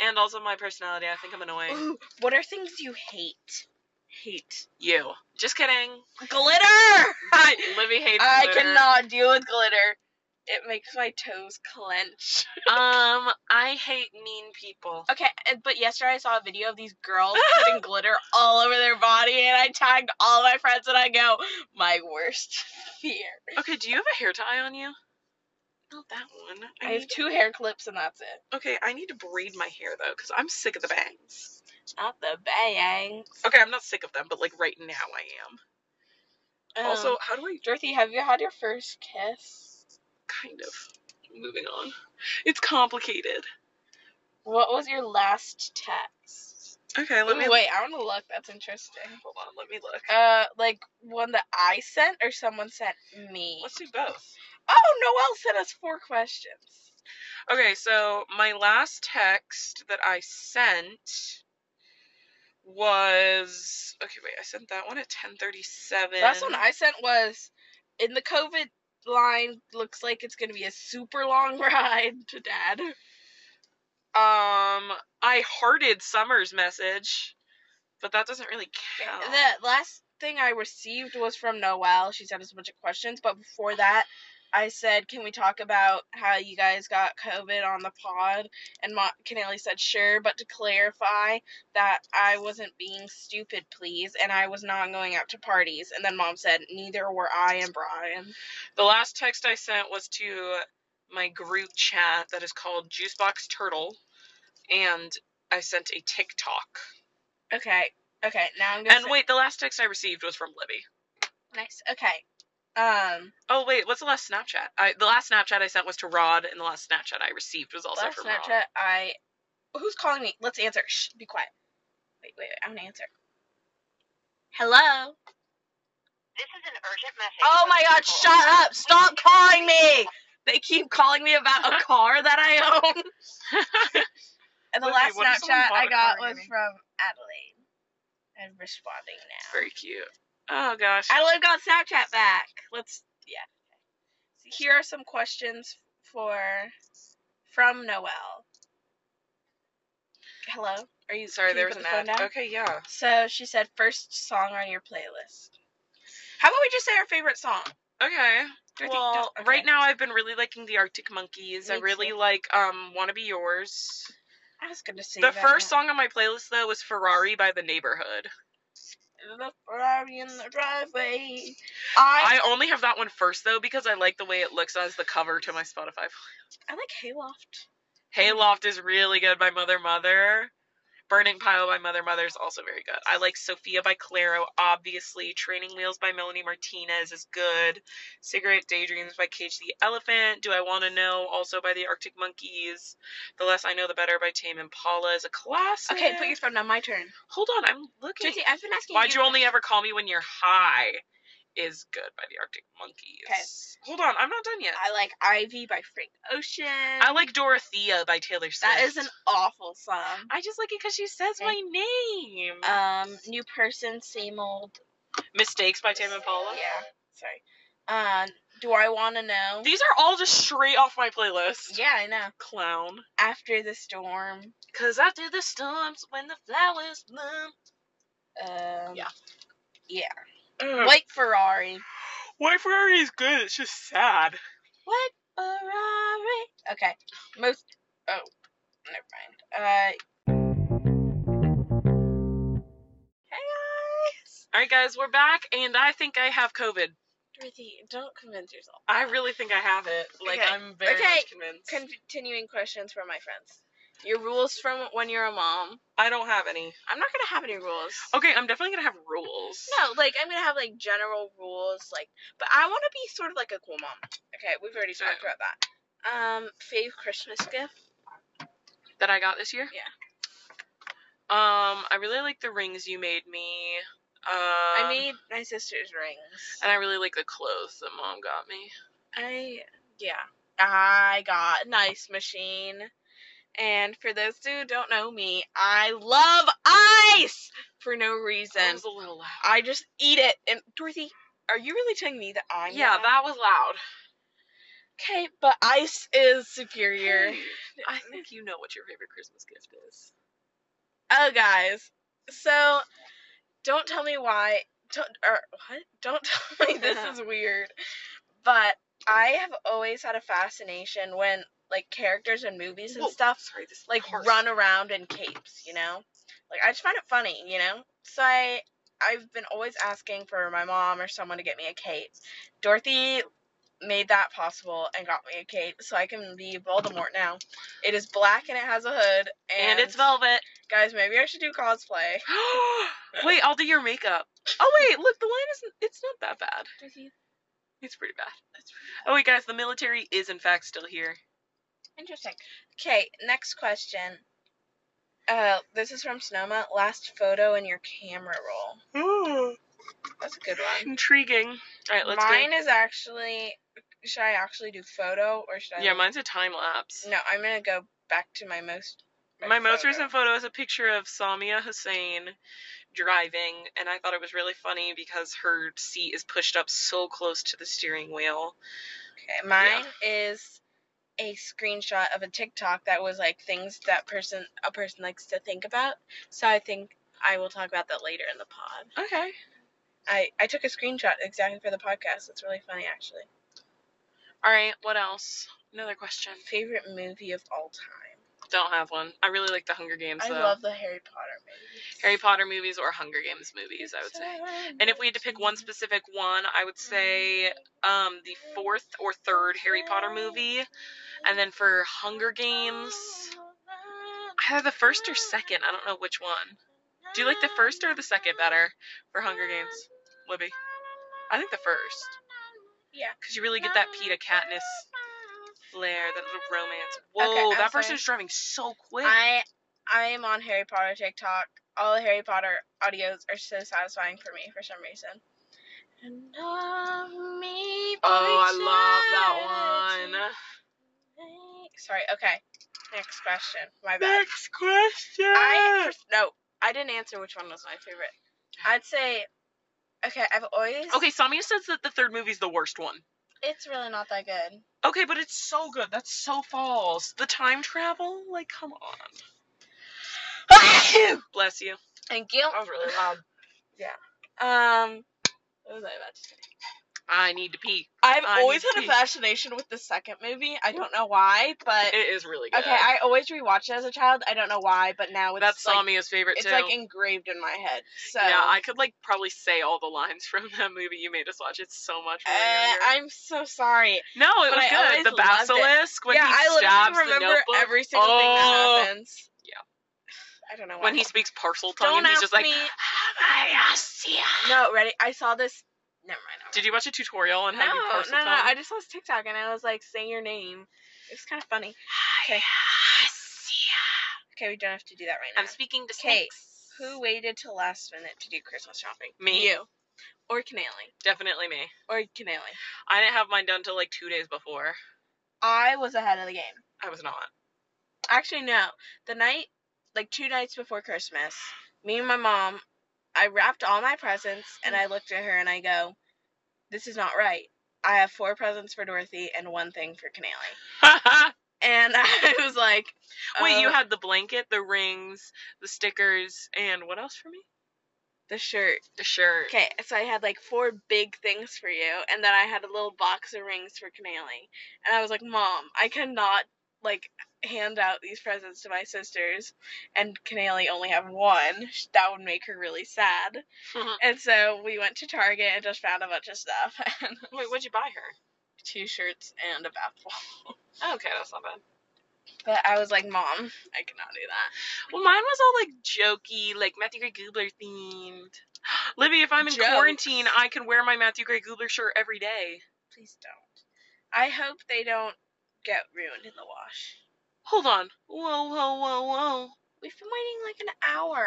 S4: and also my personality i think i'm
S3: that.
S4: annoying
S3: Ooh, what are things you hate? Hate
S4: you just kidding
S3: glitter.
S4: I, libby hates
S3: I
S4: glitter.
S3: cannot deal with glitter. It makes my toes clench.
S4: um i hate mean people
S3: Okay, and- but yesterday I saw a video of these girls putting glitter all over their body, and I tagged all my friends, and I go, my worst fear.
S4: okay do you have a hair tie on you not that one
S3: I
S4: I
S3: have
S4: need,
S3: two hair clips, and that's it.
S4: okay i need to braid my hair though because i'm sick of the bangs
S3: Not the bangs.
S4: okay i'm not sick of them but like right now i am also
S3: Um,
S4: how do i
S3: Dorothy, have you had your first kiss?
S4: kind of moving on it's complicated
S3: What was your last text?
S4: okay let
S3: Ooh,
S4: me
S3: wait, I want to look. That's interesting.
S4: hold on let me look
S3: Uh, like one that I sent or someone sent me.
S4: let's do both
S3: Oh, Noelle sent us four questions.
S4: Okay, so my last text that I sent was okay. Wait, I sent that one at ten thirty-seven.
S3: Last one I sent was in the COVID line. Looks like it's gonna be a super long ride to dad.
S4: Um, I hearted Summer's message, but that doesn't really count.
S3: The last thing I received was from Noelle. She sent us a bunch of questions, but before that, I said, "Can we talk about how you guys got COVID on the pod?" And Mo- Keneally said, "Sure, but to clarify that I wasn't being stupid, please, and I was not going out to parties." And then Mom said, "Neither were I and Brian."
S4: The last text I sent was to my group chat that is called Juicebox Turtle, and I sent a TikTok.
S3: Okay, okay, now I'm gonna.
S4: And
S3: say-
S4: wait, the last text I received was from Libby.
S3: nice. Okay, Um,
S4: Oh wait, what's the last Snapchat? I, the last Snapchat I sent was to Rod, and the last Snapchat I received was also
S3: last
S4: from
S3: Snapchat,
S4: Rod.
S3: I. Who's calling me? Let's answer. Shh, be quiet. Wait, wait, wait, I'm gonna answer. Hello.
S5: This is an urgent message.
S3: Oh
S5: from
S3: my God!
S5: people.
S3: Shut up! Stop calling me. They keep calling me about a car that I own. And the
S4: Lizzie,
S3: last
S4: what if someone
S3: Snapchat
S4: bought
S3: I
S4: a car,
S3: got was
S4: Amy?
S3: from Adelaide. I'm responding now.
S4: Very cute. Oh gosh.
S3: Adelaide got Snapchat back. Let's yeah. So here are some questions for from Noelle. Hello. Are you
S4: Sorry,
S3: can
S4: there
S3: you
S4: was
S3: put
S4: an
S3: the phone
S4: ad.
S3: down?
S4: Okay, yeah.
S3: So she said first song on your playlist. How about we just say our favorite song?
S4: Okay.
S3: Do you think-
S4: Well,
S3: no? Oh, Okay.
S4: right now I've been really liking the Arctic Monkeys. I
S3: Me
S4: really
S3: too.
S4: like um "Wanna Be Yours."
S3: I was gonna say
S4: The
S3: that.
S4: first song on my playlist though was "Ferrari" by The Neighborhood.
S3: The Ferrari in the driveway.
S4: I
S3: I
S4: only have that one first though because I like the way it looks as the cover to my Spotify.
S3: I like Hayloft.
S4: Hayloft is really good by Mother Mother. Burning Pile by Mother Mother is also very good. I like Sophia by Claro, obviously. Training Wheels by Melanie Martinez is good. Cigarette Daydreams by Cage the Elephant. Do I Want to Know? Also by the Arctic Monkeys. The Less I Know, the Better by Tame Impala is a classic.
S3: Okay, put your phone down. My turn.
S4: Hold on, I'm looking.
S3: Jesse, I've been asking.
S4: Why'd you only ever call me when you're high? Is good by the Arctic Monkeys.
S3: Okay.
S4: Hold on, I'm not done yet.
S3: I like Ivy by Frank Ocean.
S4: I like Dorothea by Taylor Swift.
S3: That is an awful song.
S4: I just like it because she says
S3: Okay.
S4: my name.
S3: Um, new person, same old.
S4: Mistakes by Tame Impala.
S3: Yeah. Sorry. Um, do I want to know?
S4: These are all just straight off my playlist.
S3: Yeah, I know.
S4: Clown.
S3: After the storm.
S4: Cause after the storms, when the flowers bloom.
S3: Um,
S4: Yeah.
S3: White
S4: Wait,
S3: Ferrari.
S4: White Ferrari is good. It's just sad.
S3: White Ferrari. Okay. Most. Oh, never mind. Uh. Hey guys.
S4: All right, guys, we're back, and I think I have COVID.
S3: Dorothy, don't convince yourself.
S4: I really think I have it. Like
S3: Okay.
S4: I'm very
S3: Okay.
S4: much convinced.
S3: Continuing questions for my friends. Your rules from when you're a mom.
S4: I don't have any.
S3: I'm not gonna have any rules.
S4: Okay, I'm definitely gonna have rules.
S3: No, like I'm gonna have like general rules, like. But I want to be sort of like a cool mom. Okay, we've already
S4: Sure.
S3: talked about that. Um, fave Christmas gift.
S4: that I got this year?
S3: Yeah.
S4: Um, I really like the rings you made me. Um, uh,
S3: I made my sister's rings.
S4: and I really like the clothes that mom got me.
S3: I yeah. I got an ice machine. And for those who don't know me, I love ice for no
S4: That
S3: reason.
S4: was a little loud.
S3: I just eat it. And Dorothy, are you really telling me that I'm
S4: Yeah,
S3: loud?
S4: that was loud.
S3: okay, but ice is superior.
S4: I think you know what your favorite Christmas gift is.
S3: Oh, guys. So, don't tell me why. Don't, or what? Don't tell me this is weird. But I have always had a fascination when like characters in movies and
S4: Whoa,
S3: stuff
S4: Sorry, this
S3: like
S4: horse.
S3: run around in capes, you know? Like I just find it funny, you know? So I I've been always asking for my mom or someone to get me a cape. Dorothy made that possible and got me a cape, so I can be Voldemort now. It is black and it has a hood and,
S4: And it's velvet.
S3: guys, maybe I should do cosplay.
S4: wait, I'll do your makeup. Oh wait, look, the line isn't. It's not that bad.
S3: Dorothy,
S4: It's pretty bad. Oh wait, guys, the military is in fact still here.
S3: Interesting. Okay, next question. Uh, this is from Sonoma. Last photo in your camera roll. That's a good one.
S4: Intriguing. All right, let's
S3: mine is actually. Should I actually do photo or should
S4: go.
S3: I?
S4: Yeah, mine's a time lapse.
S3: No, I'm gonna go back to my most.
S4: My most
S3: photo.
S4: recent photo is a picture of Samia Hussein driving, and I thought it was really funny because her seat is pushed up so close to the steering wheel.
S3: Okay, mine is a screenshot of a TikTok that was like things that person a person likes to think about. So I think I will talk about that later in the pod.
S4: Okay.
S3: I I took a screenshot exactly for the podcast. It's really funny actually.
S4: All right, what else? Another question.
S3: Favorite movie of all time.
S4: Don't have one. I really like the Hunger Games,
S3: I
S4: though.
S3: love the Harry Potter movies.
S4: Harry Potter movies or Hunger Games movies, I would say. And if we had to pick one specific one, I would say um, the fourth or third Harry Potter movie. And then for Hunger Games, either the first or second. I don't know which one. Do you like the first or the second better for Hunger Games, Libby? I think the first.
S3: Yeah.
S4: Because you really get that Peter Katniss flair, that little romance. Whoa,
S3: I'm
S4: that
S3: sorry.
S4: person's driving so quick.
S3: I I am on Harry Potter TikTok. All the Harry Potter audios are so satisfying for me for some reason. And love me
S4: oh, I love that one.
S3: one. Sorry. Okay. Next question. My bad.
S4: Next question.
S3: I pers- no. I didn't answer which one was my favorite. I'd say. Okay, I've always.
S4: okay, Samia says that the third movie's the worst one.
S3: It's really not that good.
S4: Okay, but it's so good. That's so false. The time travel? Like, come on. Bless you.
S3: And guilt.
S4: That was really loud.
S3: Oh, Um. What was I about to say?
S4: I need to pee.
S3: I've
S4: I
S3: always
S4: need to
S3: had a
S4: pee.
S3: fascination with the second movie. I don't know why, but
S4: It is really good.
S3: okay, I always rewatched it as a child. I don't know why, but now it's
S4: That's
S3: like,
S4: Samia's favorite
S3: It's
S4: too.
S3: like engraved in my head. So
S4: yeah, I could like probably say all the lines from that movie you made us watch. It's so much. When we were
S3: Eh,
S4: younger.
S3: I'm so sorry.
S4: no, it
S3: but
S4: was
S3: I always
S4: good. The
S3: loved it.
S4: basilisk when
S3: yeah,
S4: he
S3: I
S4: stabs
S3: literally
S4: the
S3: remember
S4: notebook.
S3: every single
S4: Oh.
S3: thing that happens. Yeah, I don't know why.
S4: when he speaks parcel tongue,
S3: don't
S4: and he's just
S3: ask
S4: like. "Ah."
S3: me.
S4: "Habayasia."
S3: No, ready? I saw this. Never mind. never
S4: Did you watch a tutorial on
S3: mind.
S4: how to do
S3: no,
S4: parcel
S3: no, no,
S4: tongue?
S3: I just saw this TikTok and I was like, "Say your name." It's kind of funny. Okay. Okay, we don't have to do that right now.
S4: I'm speaking to
S3: Okay,
S4: snakes.
S3: Who waited till last minute to do Christmas shopping?
S4: Me.
S3: You. Or Canali.
S4: Definitely me.
S3: Or Canali.
S4: I didn't have mine done till like two days before.
S3: I was ahead of the game.
S4: I was not.
S3: Actually, no. The night, like two nights before Christmas, me and my mom, I wrapped all my presents and I looked at her and I go, this is not right. I have four presents for Dorothy and one thing for Canali. And I was like,
S4: Wait, you
S3: uh,
S4: had the blanket, the rings, the stickers, and what else for me?
S3: the shirt.
S4: The shirt.
S3: Okay, so I had like four big things for you, and then I had a little box of rings for Canali. And I was like, Mom, I cannot like hand out these presents to my sisters, and Canali only have one. Sh- That would make her really sad. and so we went to Target and just found a bunch of stuff, and
S4: Wait, what'd you buy her?
S3: two shirts and a bath ball.
S4: Okay, that's not bad.
S3: But I was like, Mom, I cannot do that.
S4: Well, mine was all like jokey, like Matthew Gray Goobler themed. Libby, if I'm in
S3: Jokes.
S4: quarantine, I can wear my Matthew Gray Goobler shirt every day.
S3: Please don't. I hope they don't get ruined in the wash.
S4: Hold on. Whoa, whoa, whoa,
S3: We've been waiting like an hour.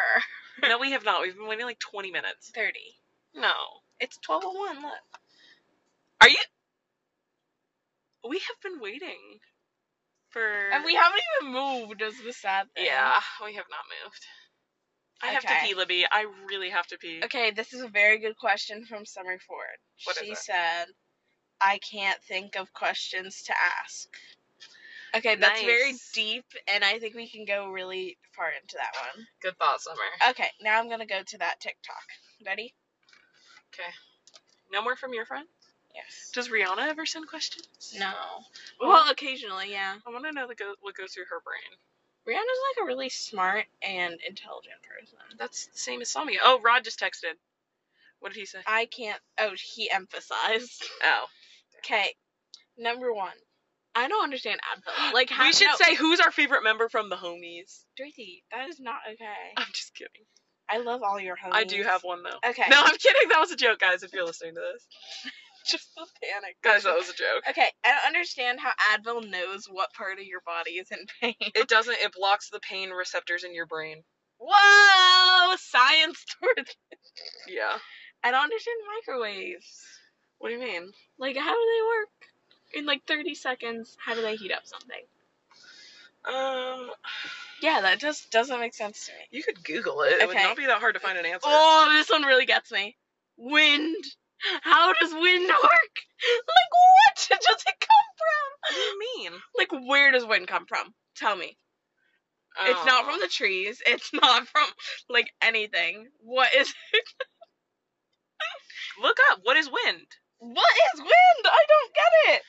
S4: whoa. no, we have not. We've been waiting like 20 minutes.
S3: 30.
S4: No.
S3: It's 1201, look.
S4: Are you? We have been waiting for.
S3: And we haven't even moved, is the sad thing.
S4: Yeah, we have not moved. I have to
S3: Okay.
S4: pee, Libby. I really have to pee.
S3: Okay, this is a very good question from Summer Ford.
S4: What is
S3: she
S4: it?
S3: said, I can't think of questions to ask. Okay, that's very
S4: Nice.
S3: deep, and I think we can go really far into that one.
S4: Good thought, Summer.
S3: Okay, now I'm going to go to that TikTok. Ready?
S4: No more from your friend?
S3: Yes.
S4: Does Rihanna ever send questions?
S3: No.
S4: Oh.
S3: Well, occasionally, yeah.
S4: I want to know the go- what goes through her brain.
S3: Rihanna's like a really smart and intelligent person.
S4: That's the same as Samia. Oh, Rod just texted. What did he say?
S3: I can't. Oh, he emphasized.
S4: Oh.
S3: Okay, number one. I don't understand Advil. Like, how
S4: we should
S3: no,
S4: say who's our favorite member from the homies.
S3: Dorothy, that is not okay.
S4: I'm just kidding.
S3: I love all your homies.
S4: I do have one though.
S3: Okay.
S4: No, I'm kidding. That was a joke, guys. If you're listening to this,
S3: just the panic.
S4: guys, that was a joke.
S3: Okay, I don't understand how Advil knows what part of your body is in pain.
S4: It doesn't. It blocks the pain receptors in your brain.
S3: Whoa, science towards.
S4: Yeah.
S3: I don't understand microwaves.
S4: What do you mean?
S3: Like, how do they work? In like 30 seconds, how do they heat up something?
S4: Um,
S3: Yeah, that just doesn't make sense to me.
S4: you could Google it. It would
S3: Okay.
S4: not be that hard to find an answer.
S3: Oh, this one really gets me. Wind. How does wind work? Like, what does it come
S4: What do you mean?
S3: from? Like, where does wind come from? Tell me. It's not
S4: Oh.
S3: from the trees. It's not from, like, anything. What is.
S4: Look up. What is wind?
S3: What is wind? I don't get it.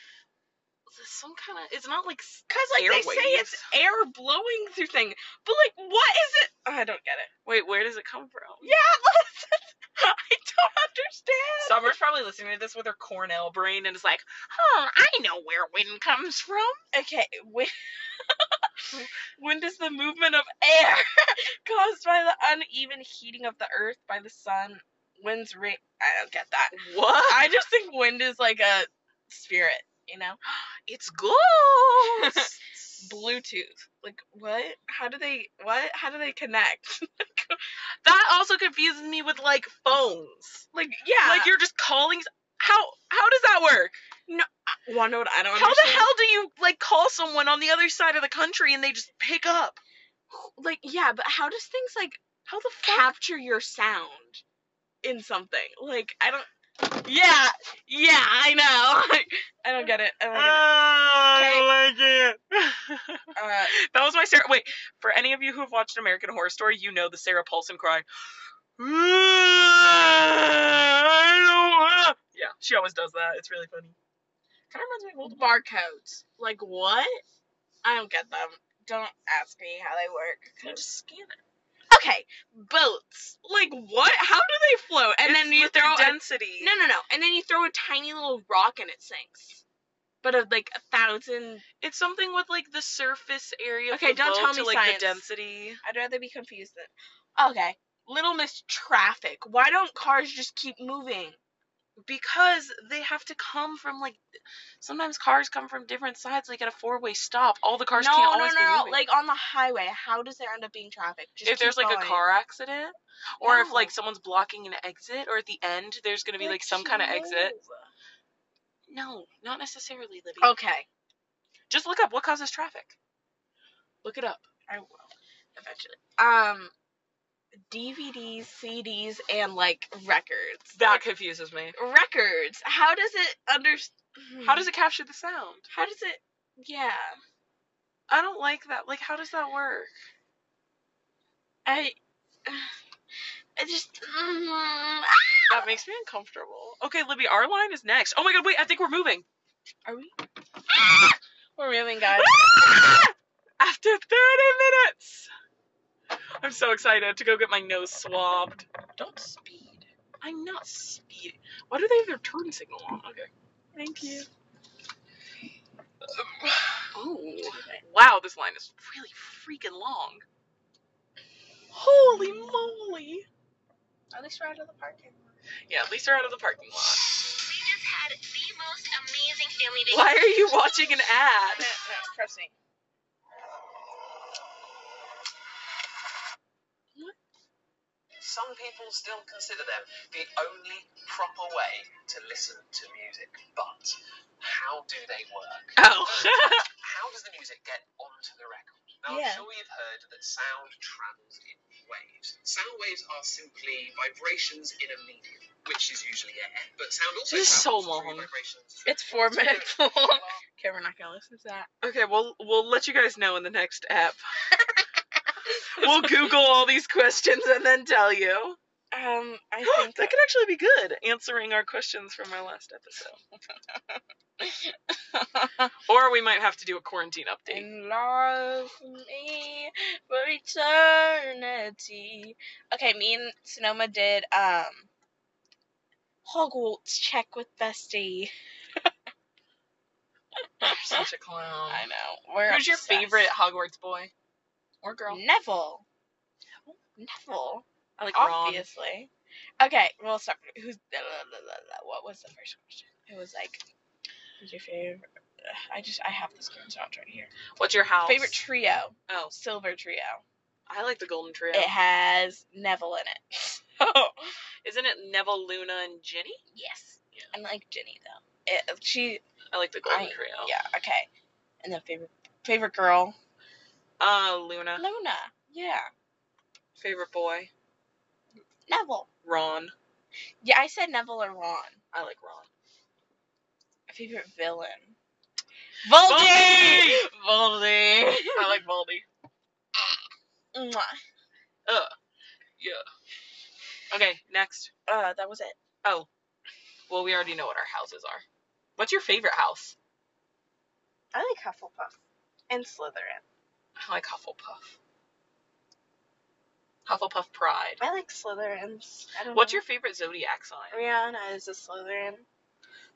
S4: Some kind of. It's not like. s-
S3: Because, like, they say it's air blowing through thing. But, like, what is it? Oh, I don't get it.
S4: Wait, where does it come from?
S3: Yeah, I don't understand.
S4: Summer's probably listening to this with her Cornell brain and is like, "Huh, I know where wind comes from.
S3: Okay, when, when does the movement of air caused by the uneven heating of the earth by the sun, winds, rain? I don't get that.
S4: What?
S3: I just think wind is like a spirit, you know?
S4: It's gold.
S3: Bluetooth. Like what? How do they what? How do they connect?
S4: that also confuses me with like phones.
S3: like yeah.
S4: Like you're just calling. s- How how does that work?
S3: you wanna know what I don't
S4: How the
S3: understand?
S4: hell do you like call someone on the other side of the country and they just pick up?
S3: like yeah, but how does things like
S4: How the fuck?
S3: capture your sound in something? Like I don't
S4: Yeah, yeah, I know.
S3: I don't get it. I don't get
S4: I like it.
S3: it. Uh,
S4: That was my Sarah. Wait, for any of you who have watched American Horror Story, you know the Sarah Paulson cry. I don't wanna-" Yeah, she always does that. It's really funny.
S3: kind of reminds me of old barcodes. Like what? I don't get them. Don't ask me how they work.
S4: You
S3: 'cause-
S4: just scan it.
S3: Okay, boats. Like what? How do they float? And then you throw a
S4: density.
S3: No, no, no. And then you throw a tiny little rock and it sinks. But of like a thousand.
S4: It's something with like the surface area. of
S3: Okay,
S4: the
S3: don't
S4: boat
S3: tell
S4: to,
S3: me
S4: like
S3: science.
S4: the density.
S3: I'd rather be confused than. Okay. Little Miss Traffic. Why don't cars just keep moving?
S4: Because they have to come from like sometimes cars come from different sides. Like at a four way stop, all the cars
S3: no,
S4: can't
S3: no,
S4: always
S3: no,
S4: be
S3: no.
S4: moving.
S3: Like on the highway, how does there end up being traffic? Just
S4: if there's
S3: keep
S4: like a
S3: going.
S4: car accident or if
S3: No.
S4: like someone's blocking an exit or at the end there's going to be like, some kind of exit no not necessarily libby
S3: Okay.
S4: just look up what causes traffic look it up
S3: I will eventually. Um, DVDs, CDs, and like records.
S4: that confuses me
S3: Like, records. How does it under?
S4: how does it capture the sound
S3: How does it? Yeah.
S4: i don't like that like how does that work
S3: I. I just. mm,
S4: that makes me uncomfortable okay libby our line is next oh my god wait i think we're moving
S3: are we? We're moving, guys.
S4: after 30 minutes i'm so excited to go get my nose swabbed
S3: Don't speed.
S4: i'm not speeding why do they have their turn signal on okay
S3: Thank you.
S4: Oh, wow, this line is really freaking long. Holy moly!
S3: At least we're out of the parking.
S4: Yeah, at least they're out of the parking lot.
S5: We just had the most amazing family day.
S4: Why are you watching an
S3: No,
S4: ad?
S3: no, trust me.
S6: Some people still consider them the only proper way to listen to music. But how do they work?
S4: Oh.
S6: How does the music get onto the record? Now,
S3: Yeah.
S6: I'm sure you've heard that sound travels in waves. Sound waves are simply vibrations in a medium, which is usually air. But sound also
S4: This is so
S6: travels through
S4: long.
S6: vibrations.
S3: It's four minutes long.
S6: Well,
S3: Okay, we're not gonna listen to that.
S4: okay, we'll we'll let you guys know in the next app. we'll Google all these questions and then tell you.
S3: Um, I
S4: that
S3: think
S4: could actually be good, answering our questions from our last episode. or we might have to do a quarantine update.
S3: And love me for eternity. Okay, me and Sonoma did um Hogwarts check with Bestie.
S4: You're such a clown.
S3: I know. We're
S4: Who's your
S3: obsessed.
S4: favorite Hogwarts boy or girl?
S3: Neville. Oh, Neville.
S4: I like
S3: Obviously. Okay, we'll start. Who's la, la, la, la, what was the first question? It was like, who's your favorite? Ugh, I just I have the screenshots right here.
S4: What's your house?
S3: Favorite trio,
S4: oh,
S3: silver trio.
S4: I like the Golden Trio.
S3: It has Neville in it. So
S4: Isn't it Neville, Luna, and Ginny?
S3: Yes. I like Ginny though. It, she
S4: I like the Golden
S3: I-
S4: Trio.
S3: yeah, okay. And then favorite favorite girl.
S4: Uh, Luna.
S3: Luna. Yeah.
S4: Favorite boy?
S3: Neville.
S4: Ron.
S3: Yeah, I said Neville or Ron.
S4: I like Ron.
S3: Favorite villain.
S4: Voldy!
S3: Voldy.
S4: I like Baldy.
S3: Mwah.
S4: Okay, next.
S3: Uh, that was it.
S4: Well, we already know what our houses are. What's your favorite house?
S3: I like Hufflepuff. And Slytherin.
S4: I like Hufflepuff. Hufflepuff Pride.
S3: I like Slytherins. I don't
S4: What's
S3: know.
S4: your favorite zodiac sign?
S3: Rihanna is a Slytherin.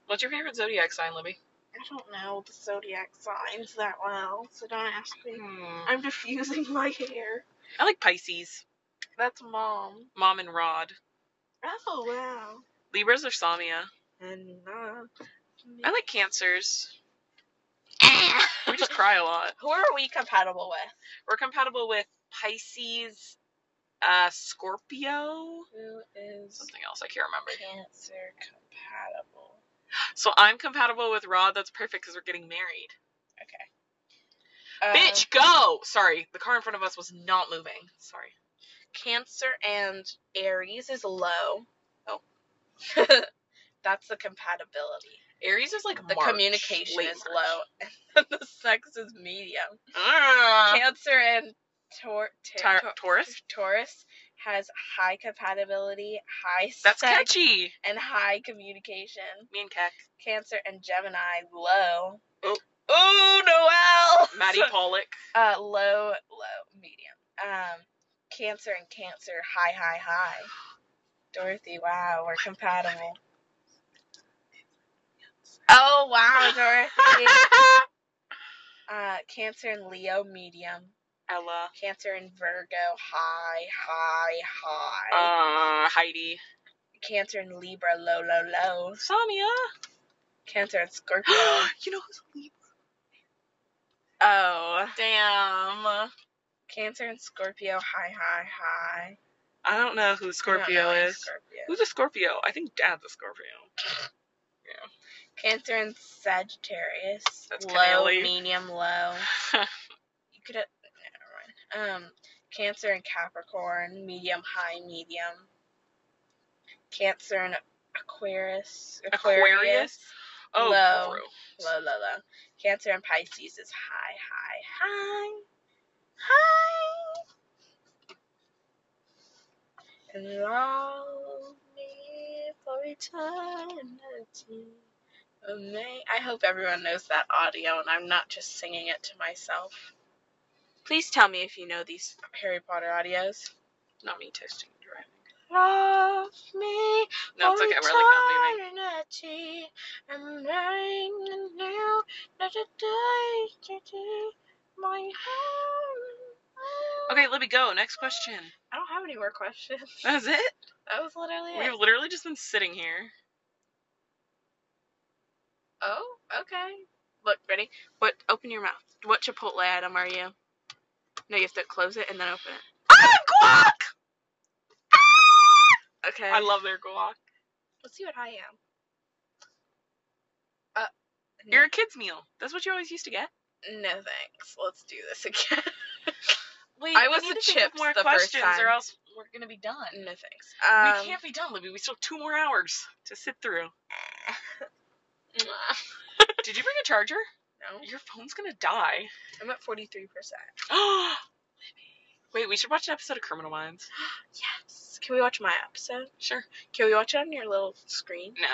S4: What's your favorite zodiac sign, Libby?
S3: I don't know the zodiac signs that well, so don't ask me.
S4: Hmm.
S3: I'm diffusing my hair.
S4: I like Pisces.
S3: That's mom.
S4: Mom and Rod.
S3: Oh wow.
S4: Libras or Samia?
S3: And uh,
S4: I like cancers. We
S3: Who
S4: just cry a lot.
S3: are we compatible with?
S4: We're compatible with Pisces, uh, Scorpio,
S3: Who is
S4: something else. I can't remember.
S3: Cancer compatible?
S4: So I'm compatible with Rod. That's perfect because we're getting married.
S3: Uh,
S4: Bitch, go! Sorry, the car in front of us was not moving. Sorry.
S3: Cancer and Aries is low.
S4: Oh.
S3: That's the compatibility.
S4: Aries is like
S3: The
S4: March,
S3: communication
S4: late
S3: is
S4: March.
S3: low, and then the sex is medium.
S4: Ah.
S3: Cancer and Tor-
S4: Ty-
S3: Tor-
S4: Taurus.
S3: Taurus has high compatibility, high
S4: That's
S3: sex,
S4: catchy.
S3: and high communication.
S4: Me and Keck.
S3: Cancer and Gemini low.
S4: Oh.
S3: oh Noel.
S4: Maddie Pollock.
S3: Uh, low, low, medium. Um, Cancer and Cancer high, high, high. Dorothy, wow, we're compatible. Oh wow, Dorothy. uh, Cancer and Leo medium.
S4: Ella.
S3: Cancer and Virgo high, high, high.
S4: Uh, Heidi.
S3: Cancer and Libra low, low, low.
S4: Samia.
S3: Cancer and Scorpio.
S4: you know who's a Libra?
S3: Oh,
S4: Damn.
S3: Cancer and Scorpio, high, high, high.
S4: I don't know who
S3: I don't
S4: Scorpio
S3: know any
S4: is.
S3: Scorpio.
S4: Who's a Scorpio? I think Dad's a Scorpio.
S3: Cancer and Sagittarius.
S4: That's
S3: low,
S4: Keneally.
S3: medium, low. You could have. Never mind. Um, Cancer and Capricorn, medium, high, medium. Cancer and Aquarius.
S4: Aquarius? oh,
S3: Low.
S4: bro.
S3: Low, low, low. Cancer and Pisces is high, high, high. Hi. And love me for eternity. May I hope everyone knows that audio and I'm not just singing it to myself. Please tell me if you know these Harry Potter audios.
S4: Not me texting and driving.
S3: Love me
S4: No, it's okay. We're like not moving.
S3: eternity. I'm lying in you. Not a day to do my home.
S4: Okay, Libby, go. Next question.
S3: I don't have any more questions.
S4: That's it?
S3: That was literally it.
S4: We've literally just been sitting here.
S3: Oh, okay. Look, ready? What? Open your mouth. What Chipotle item are you? No, you have to close it and then open it.
S4: Ah, guac!
S3: Okay.
S4: I love their guac.
S3: Let's see what I am. Uh, no,
S4: You're a kid's meal. That's what you always used to get.
S3: no thanks. Let's do this again.
S4: Wait, we
S3: I was
S4: need
S3: the
S4: to think of
S3: chips
S4: more
S3: the first
S4: questions,
S3: time.
S4: or else we're gonna be done.
S3: no thanks. Um,
S4: we can't be done, Libby. We still have two more hours to sit through. Did you bring a charger?
S3: No,
S4: Your phone's gonna die.
S3: I'm at 43%.
S4: Wait, we should watch an episode of Criminal Minds.
S3: Yes. Can we watch my episode?
S4: Sure.
S3: Can we watch it on your little screen?
S4: No.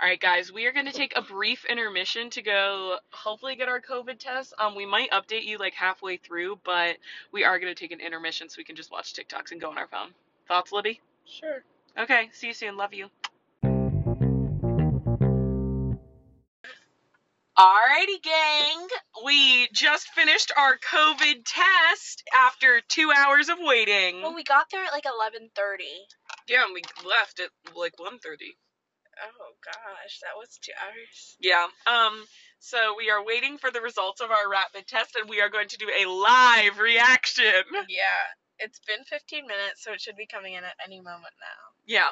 S4: All right, guys, we are going to take a brief intermission to go hopefully get our COVID test. Um, we might update you like halfway through, but we are going to take an intermission so we can just watch TikToks and go on our phone. Thoughts, Libby?
S3: Sure.
S4: Okay, see you soon. Love you. Alrighty, gang. We just finished our COVID test after two hours of waiting.
S3: Well, we got there at like 11:30.
S4: yeah, and we left at like 1.30.
S3: Oh gosh, that was two hours.
S4: Yeah. Um. So we are waiting for the results of our rapid test, and we are going to do a live reaction.
S3: Yeah, it's been 15 minutes, so it should be coming in at any moment now.
S4: Yeah.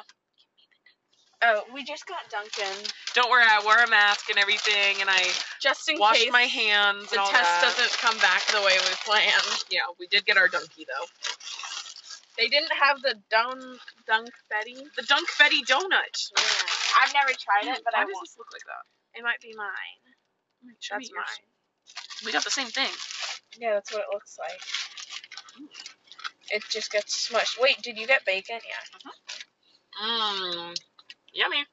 S3: Oh, we just got Duncan.
S4: Don't worry, I wore a mask and everything, and I
S3: Just in
S4: washed
S3: case
S4: my hands. and
S3: the
S4: all
S3: test
S4: that.
S3: doesn't come back the way we planned.
S4: Yeah, we did get our donkey though.
S3: They didn't have the dun dunk Betty.
S4: The Dunk Betty donut.
S3: I've never tried it, but
S4: Why
S3: I
S4: does
S3: want.
S4: this look like that?
S3: It might be mine. That's mine.
S4: We got the same thing.
S3: Yeah, that's what it looks like. It just gets smushed. Wait, did you get bacon? Yeah.
S4: Mmm. Yummy.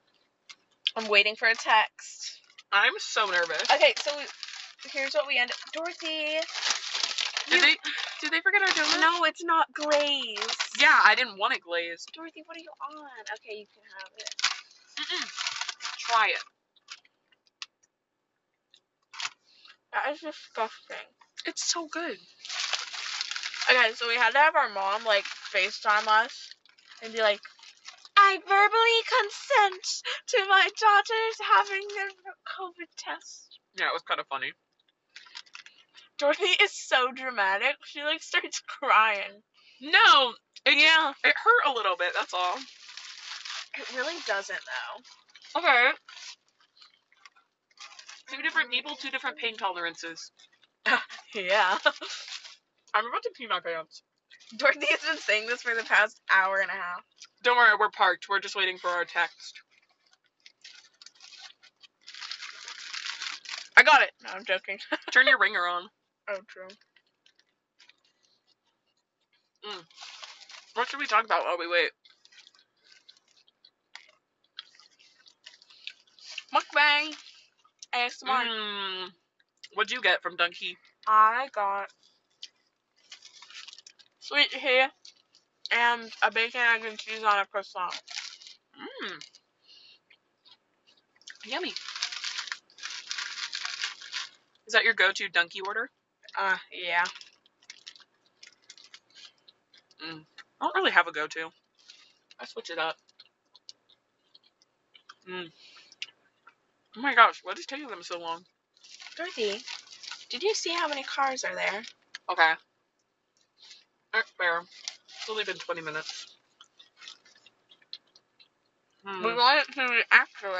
S3: I'm waiting for a text.
S4: I'm so nervous.
S3: Okay, so we, here's what we end. Dorothy.
S4: Did
S3: you-
S4: they? Did they forget our donut?
S3: No, it's not glazed.
S4: Yeah, I didn't want it glazed.
S3: Dorothy, what are you on? Okay, you can have it.
S4: Try it.
S3: That is disgusting.
S4: It's so good.
S3: Okay, so we had to have our mom like FaceTime us and be like,
S5: I verbally consent to my daughters having their COVID test.
S4: Yeah, it was kind of funny.
S3: Dorothy is so dramatic. She like starts crying.
S4: No, it just-
S3: yeah,
S4: it hurt a little bit. That's all.
S3: it really doesn't though.
S5: Okay.
S4: Two different people, two different pain tolerances.
S3: Yeah.
S4: I'm about to pee my pants.
S3: Dorothy has been saying this for the past hour and a half.
S4: Don't worry, we're parked. We're just waiting for our text.
S3: I got it. No, I'm joking.
S4: Turn your ringer on.
S3: Oh, true.
S4: What should we talk about while we wait?
S3: Mukbang. ASMR.
S4: Mm, what'd you get from Dunky?
S3: I got sweet tea and a bacon, egg, and cheese on a croissant.
S4: Mmm. Yummy. Is that your go-to Dunky order?
S3: Uh, yeah.
S4: I don't really have a go-to. I switch it up. Mm. Oh my gosh, what is taking them so long?
S3: Dorothy, did you see how many cars are there?
S4: Okay. Alright, fair. It's only been 20 minutes. Hmm.
S3: We want it to be accurate.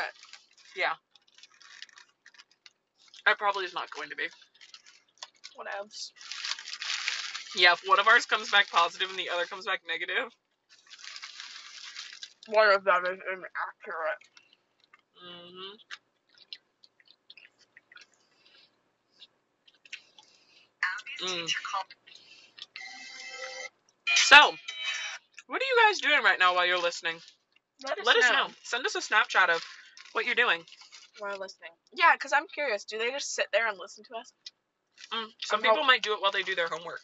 S4: It probably is not going to be.
S3: What else?
S4: Yeah, if one of ours comes back positive and the other comes back negative.
S3: One of them is inaccurate.
S4: hmm Mm. So, what are you guys doing right now while you're listening? Let us know. Send us a Snapchat of what you're doing.
S3: We're listening. Yeah, because I'm curious. Do they just sit there and listen to us?
S4: Mm, Some
S3: I'm
S4: people
S3: hop-
S4: might do it while they do their homework.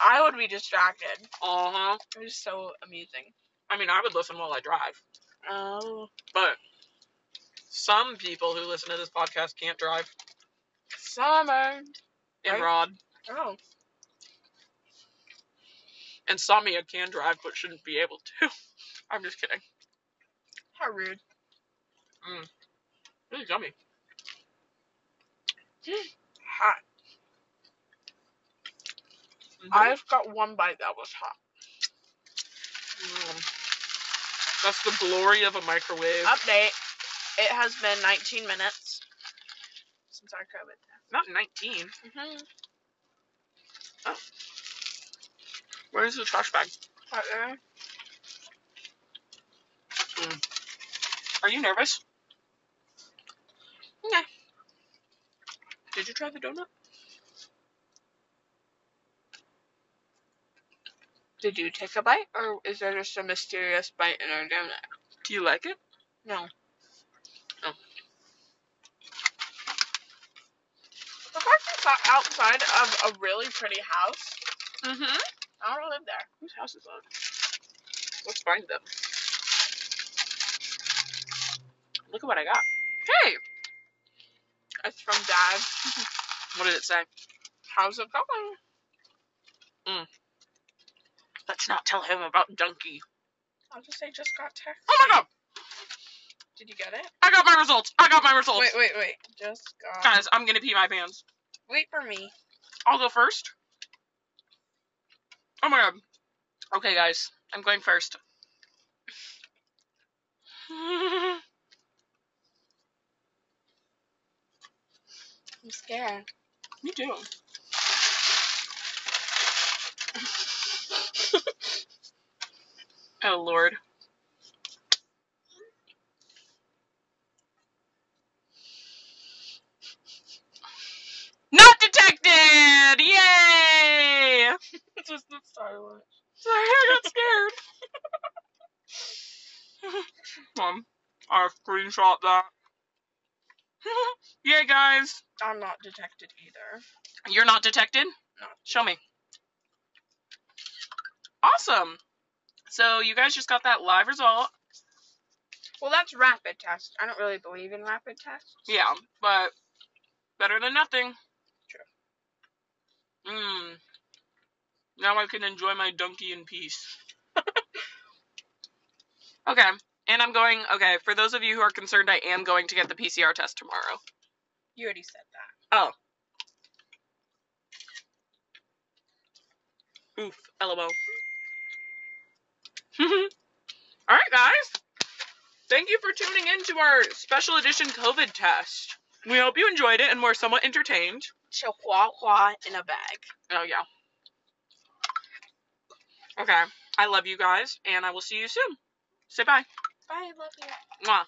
S3: I would be distracted.
S4: Uh huh.
S3: It was so amusing.
S4: I mean, I would listen while I drive,
S3: Oh.
S4: but some people who listen to this podcast can't drive
S3: Summoned.
S4: in
S3: Right.
S4: Rod,
S3: Oh.
S4: and Samia can drive but shouldn't be able to. I'm just kidding.
S3: How rude.
S4: This is yummy.
S3: Hot.
S4: Mhm.
S3: I've got one bite that was hot.
S4: Mm. That's the glory of a microwave.
S3: Update. It has been 19 minutes since our COVID test.
S4: Not 19.
S3: Mm-hmm.
S4: Where's the trash bag?
S3: Right there.
S4: Are you nervous?
S3: Nah.
S4: Did you try the donut?
S3: Did you take a bite, or is there just a mysterious bite in our donut?
S4: Do you like it?
S3: No.
S4: Oh.
S3: The fact it's not outside of a really pretty house,
S4: Mm-hmm.
S3: I don't live there.
S4: Whose house is that? Let's find them. Look at what I got. Hey!
S3: It's from Dad.
S4: What did it say?
S3: How's it going?
S4: Let's not tell him about Donkey.
S3: I'll just say just got text.
S4: Oh my god!
S3: Did you get it?
S4: I got my results! I got my results!
S3: Wait, wait, wait. Just got.
S4: Guys, I'm gonna pee my pants.
S3: Wait for me.
S4: I'll go first. Oh my god. Okay, guys, I'm going first.
S3: I'm scared.
S4: Me too. oh lord. Not detected! Yay!
S3: It's just the Star Wars.
S4: Sorry, I got scared. Mom, I screenshot that. yeah, guys.
S3: I'm not detected either.
S4: You're not detected?
S3: No.
S4: Show me. Awesome. So you guys just got that live result.
S3: Well, that's rapid test. I don't really believe in rapid tests.
S4: Yeah, but better than nothing. True. Mmm. Now I can enjoy my donkey in peace. Okay. And I'm going, okay, for those of you who are concerned, I am going to get the PCR test tomorrow.
S3: You already said that.
S4: Oof, LMO. All right, guys. Thank you for tuning in to our special edition COVID test. We hope you enjoyed it and were somewhat entertained.
S3: Chihuahua in a bag.
S4: Oh, yeah. Okay. I love you guys, and I will see you soon. Say bye.
S3: Bye, love you.
S4: Mwah.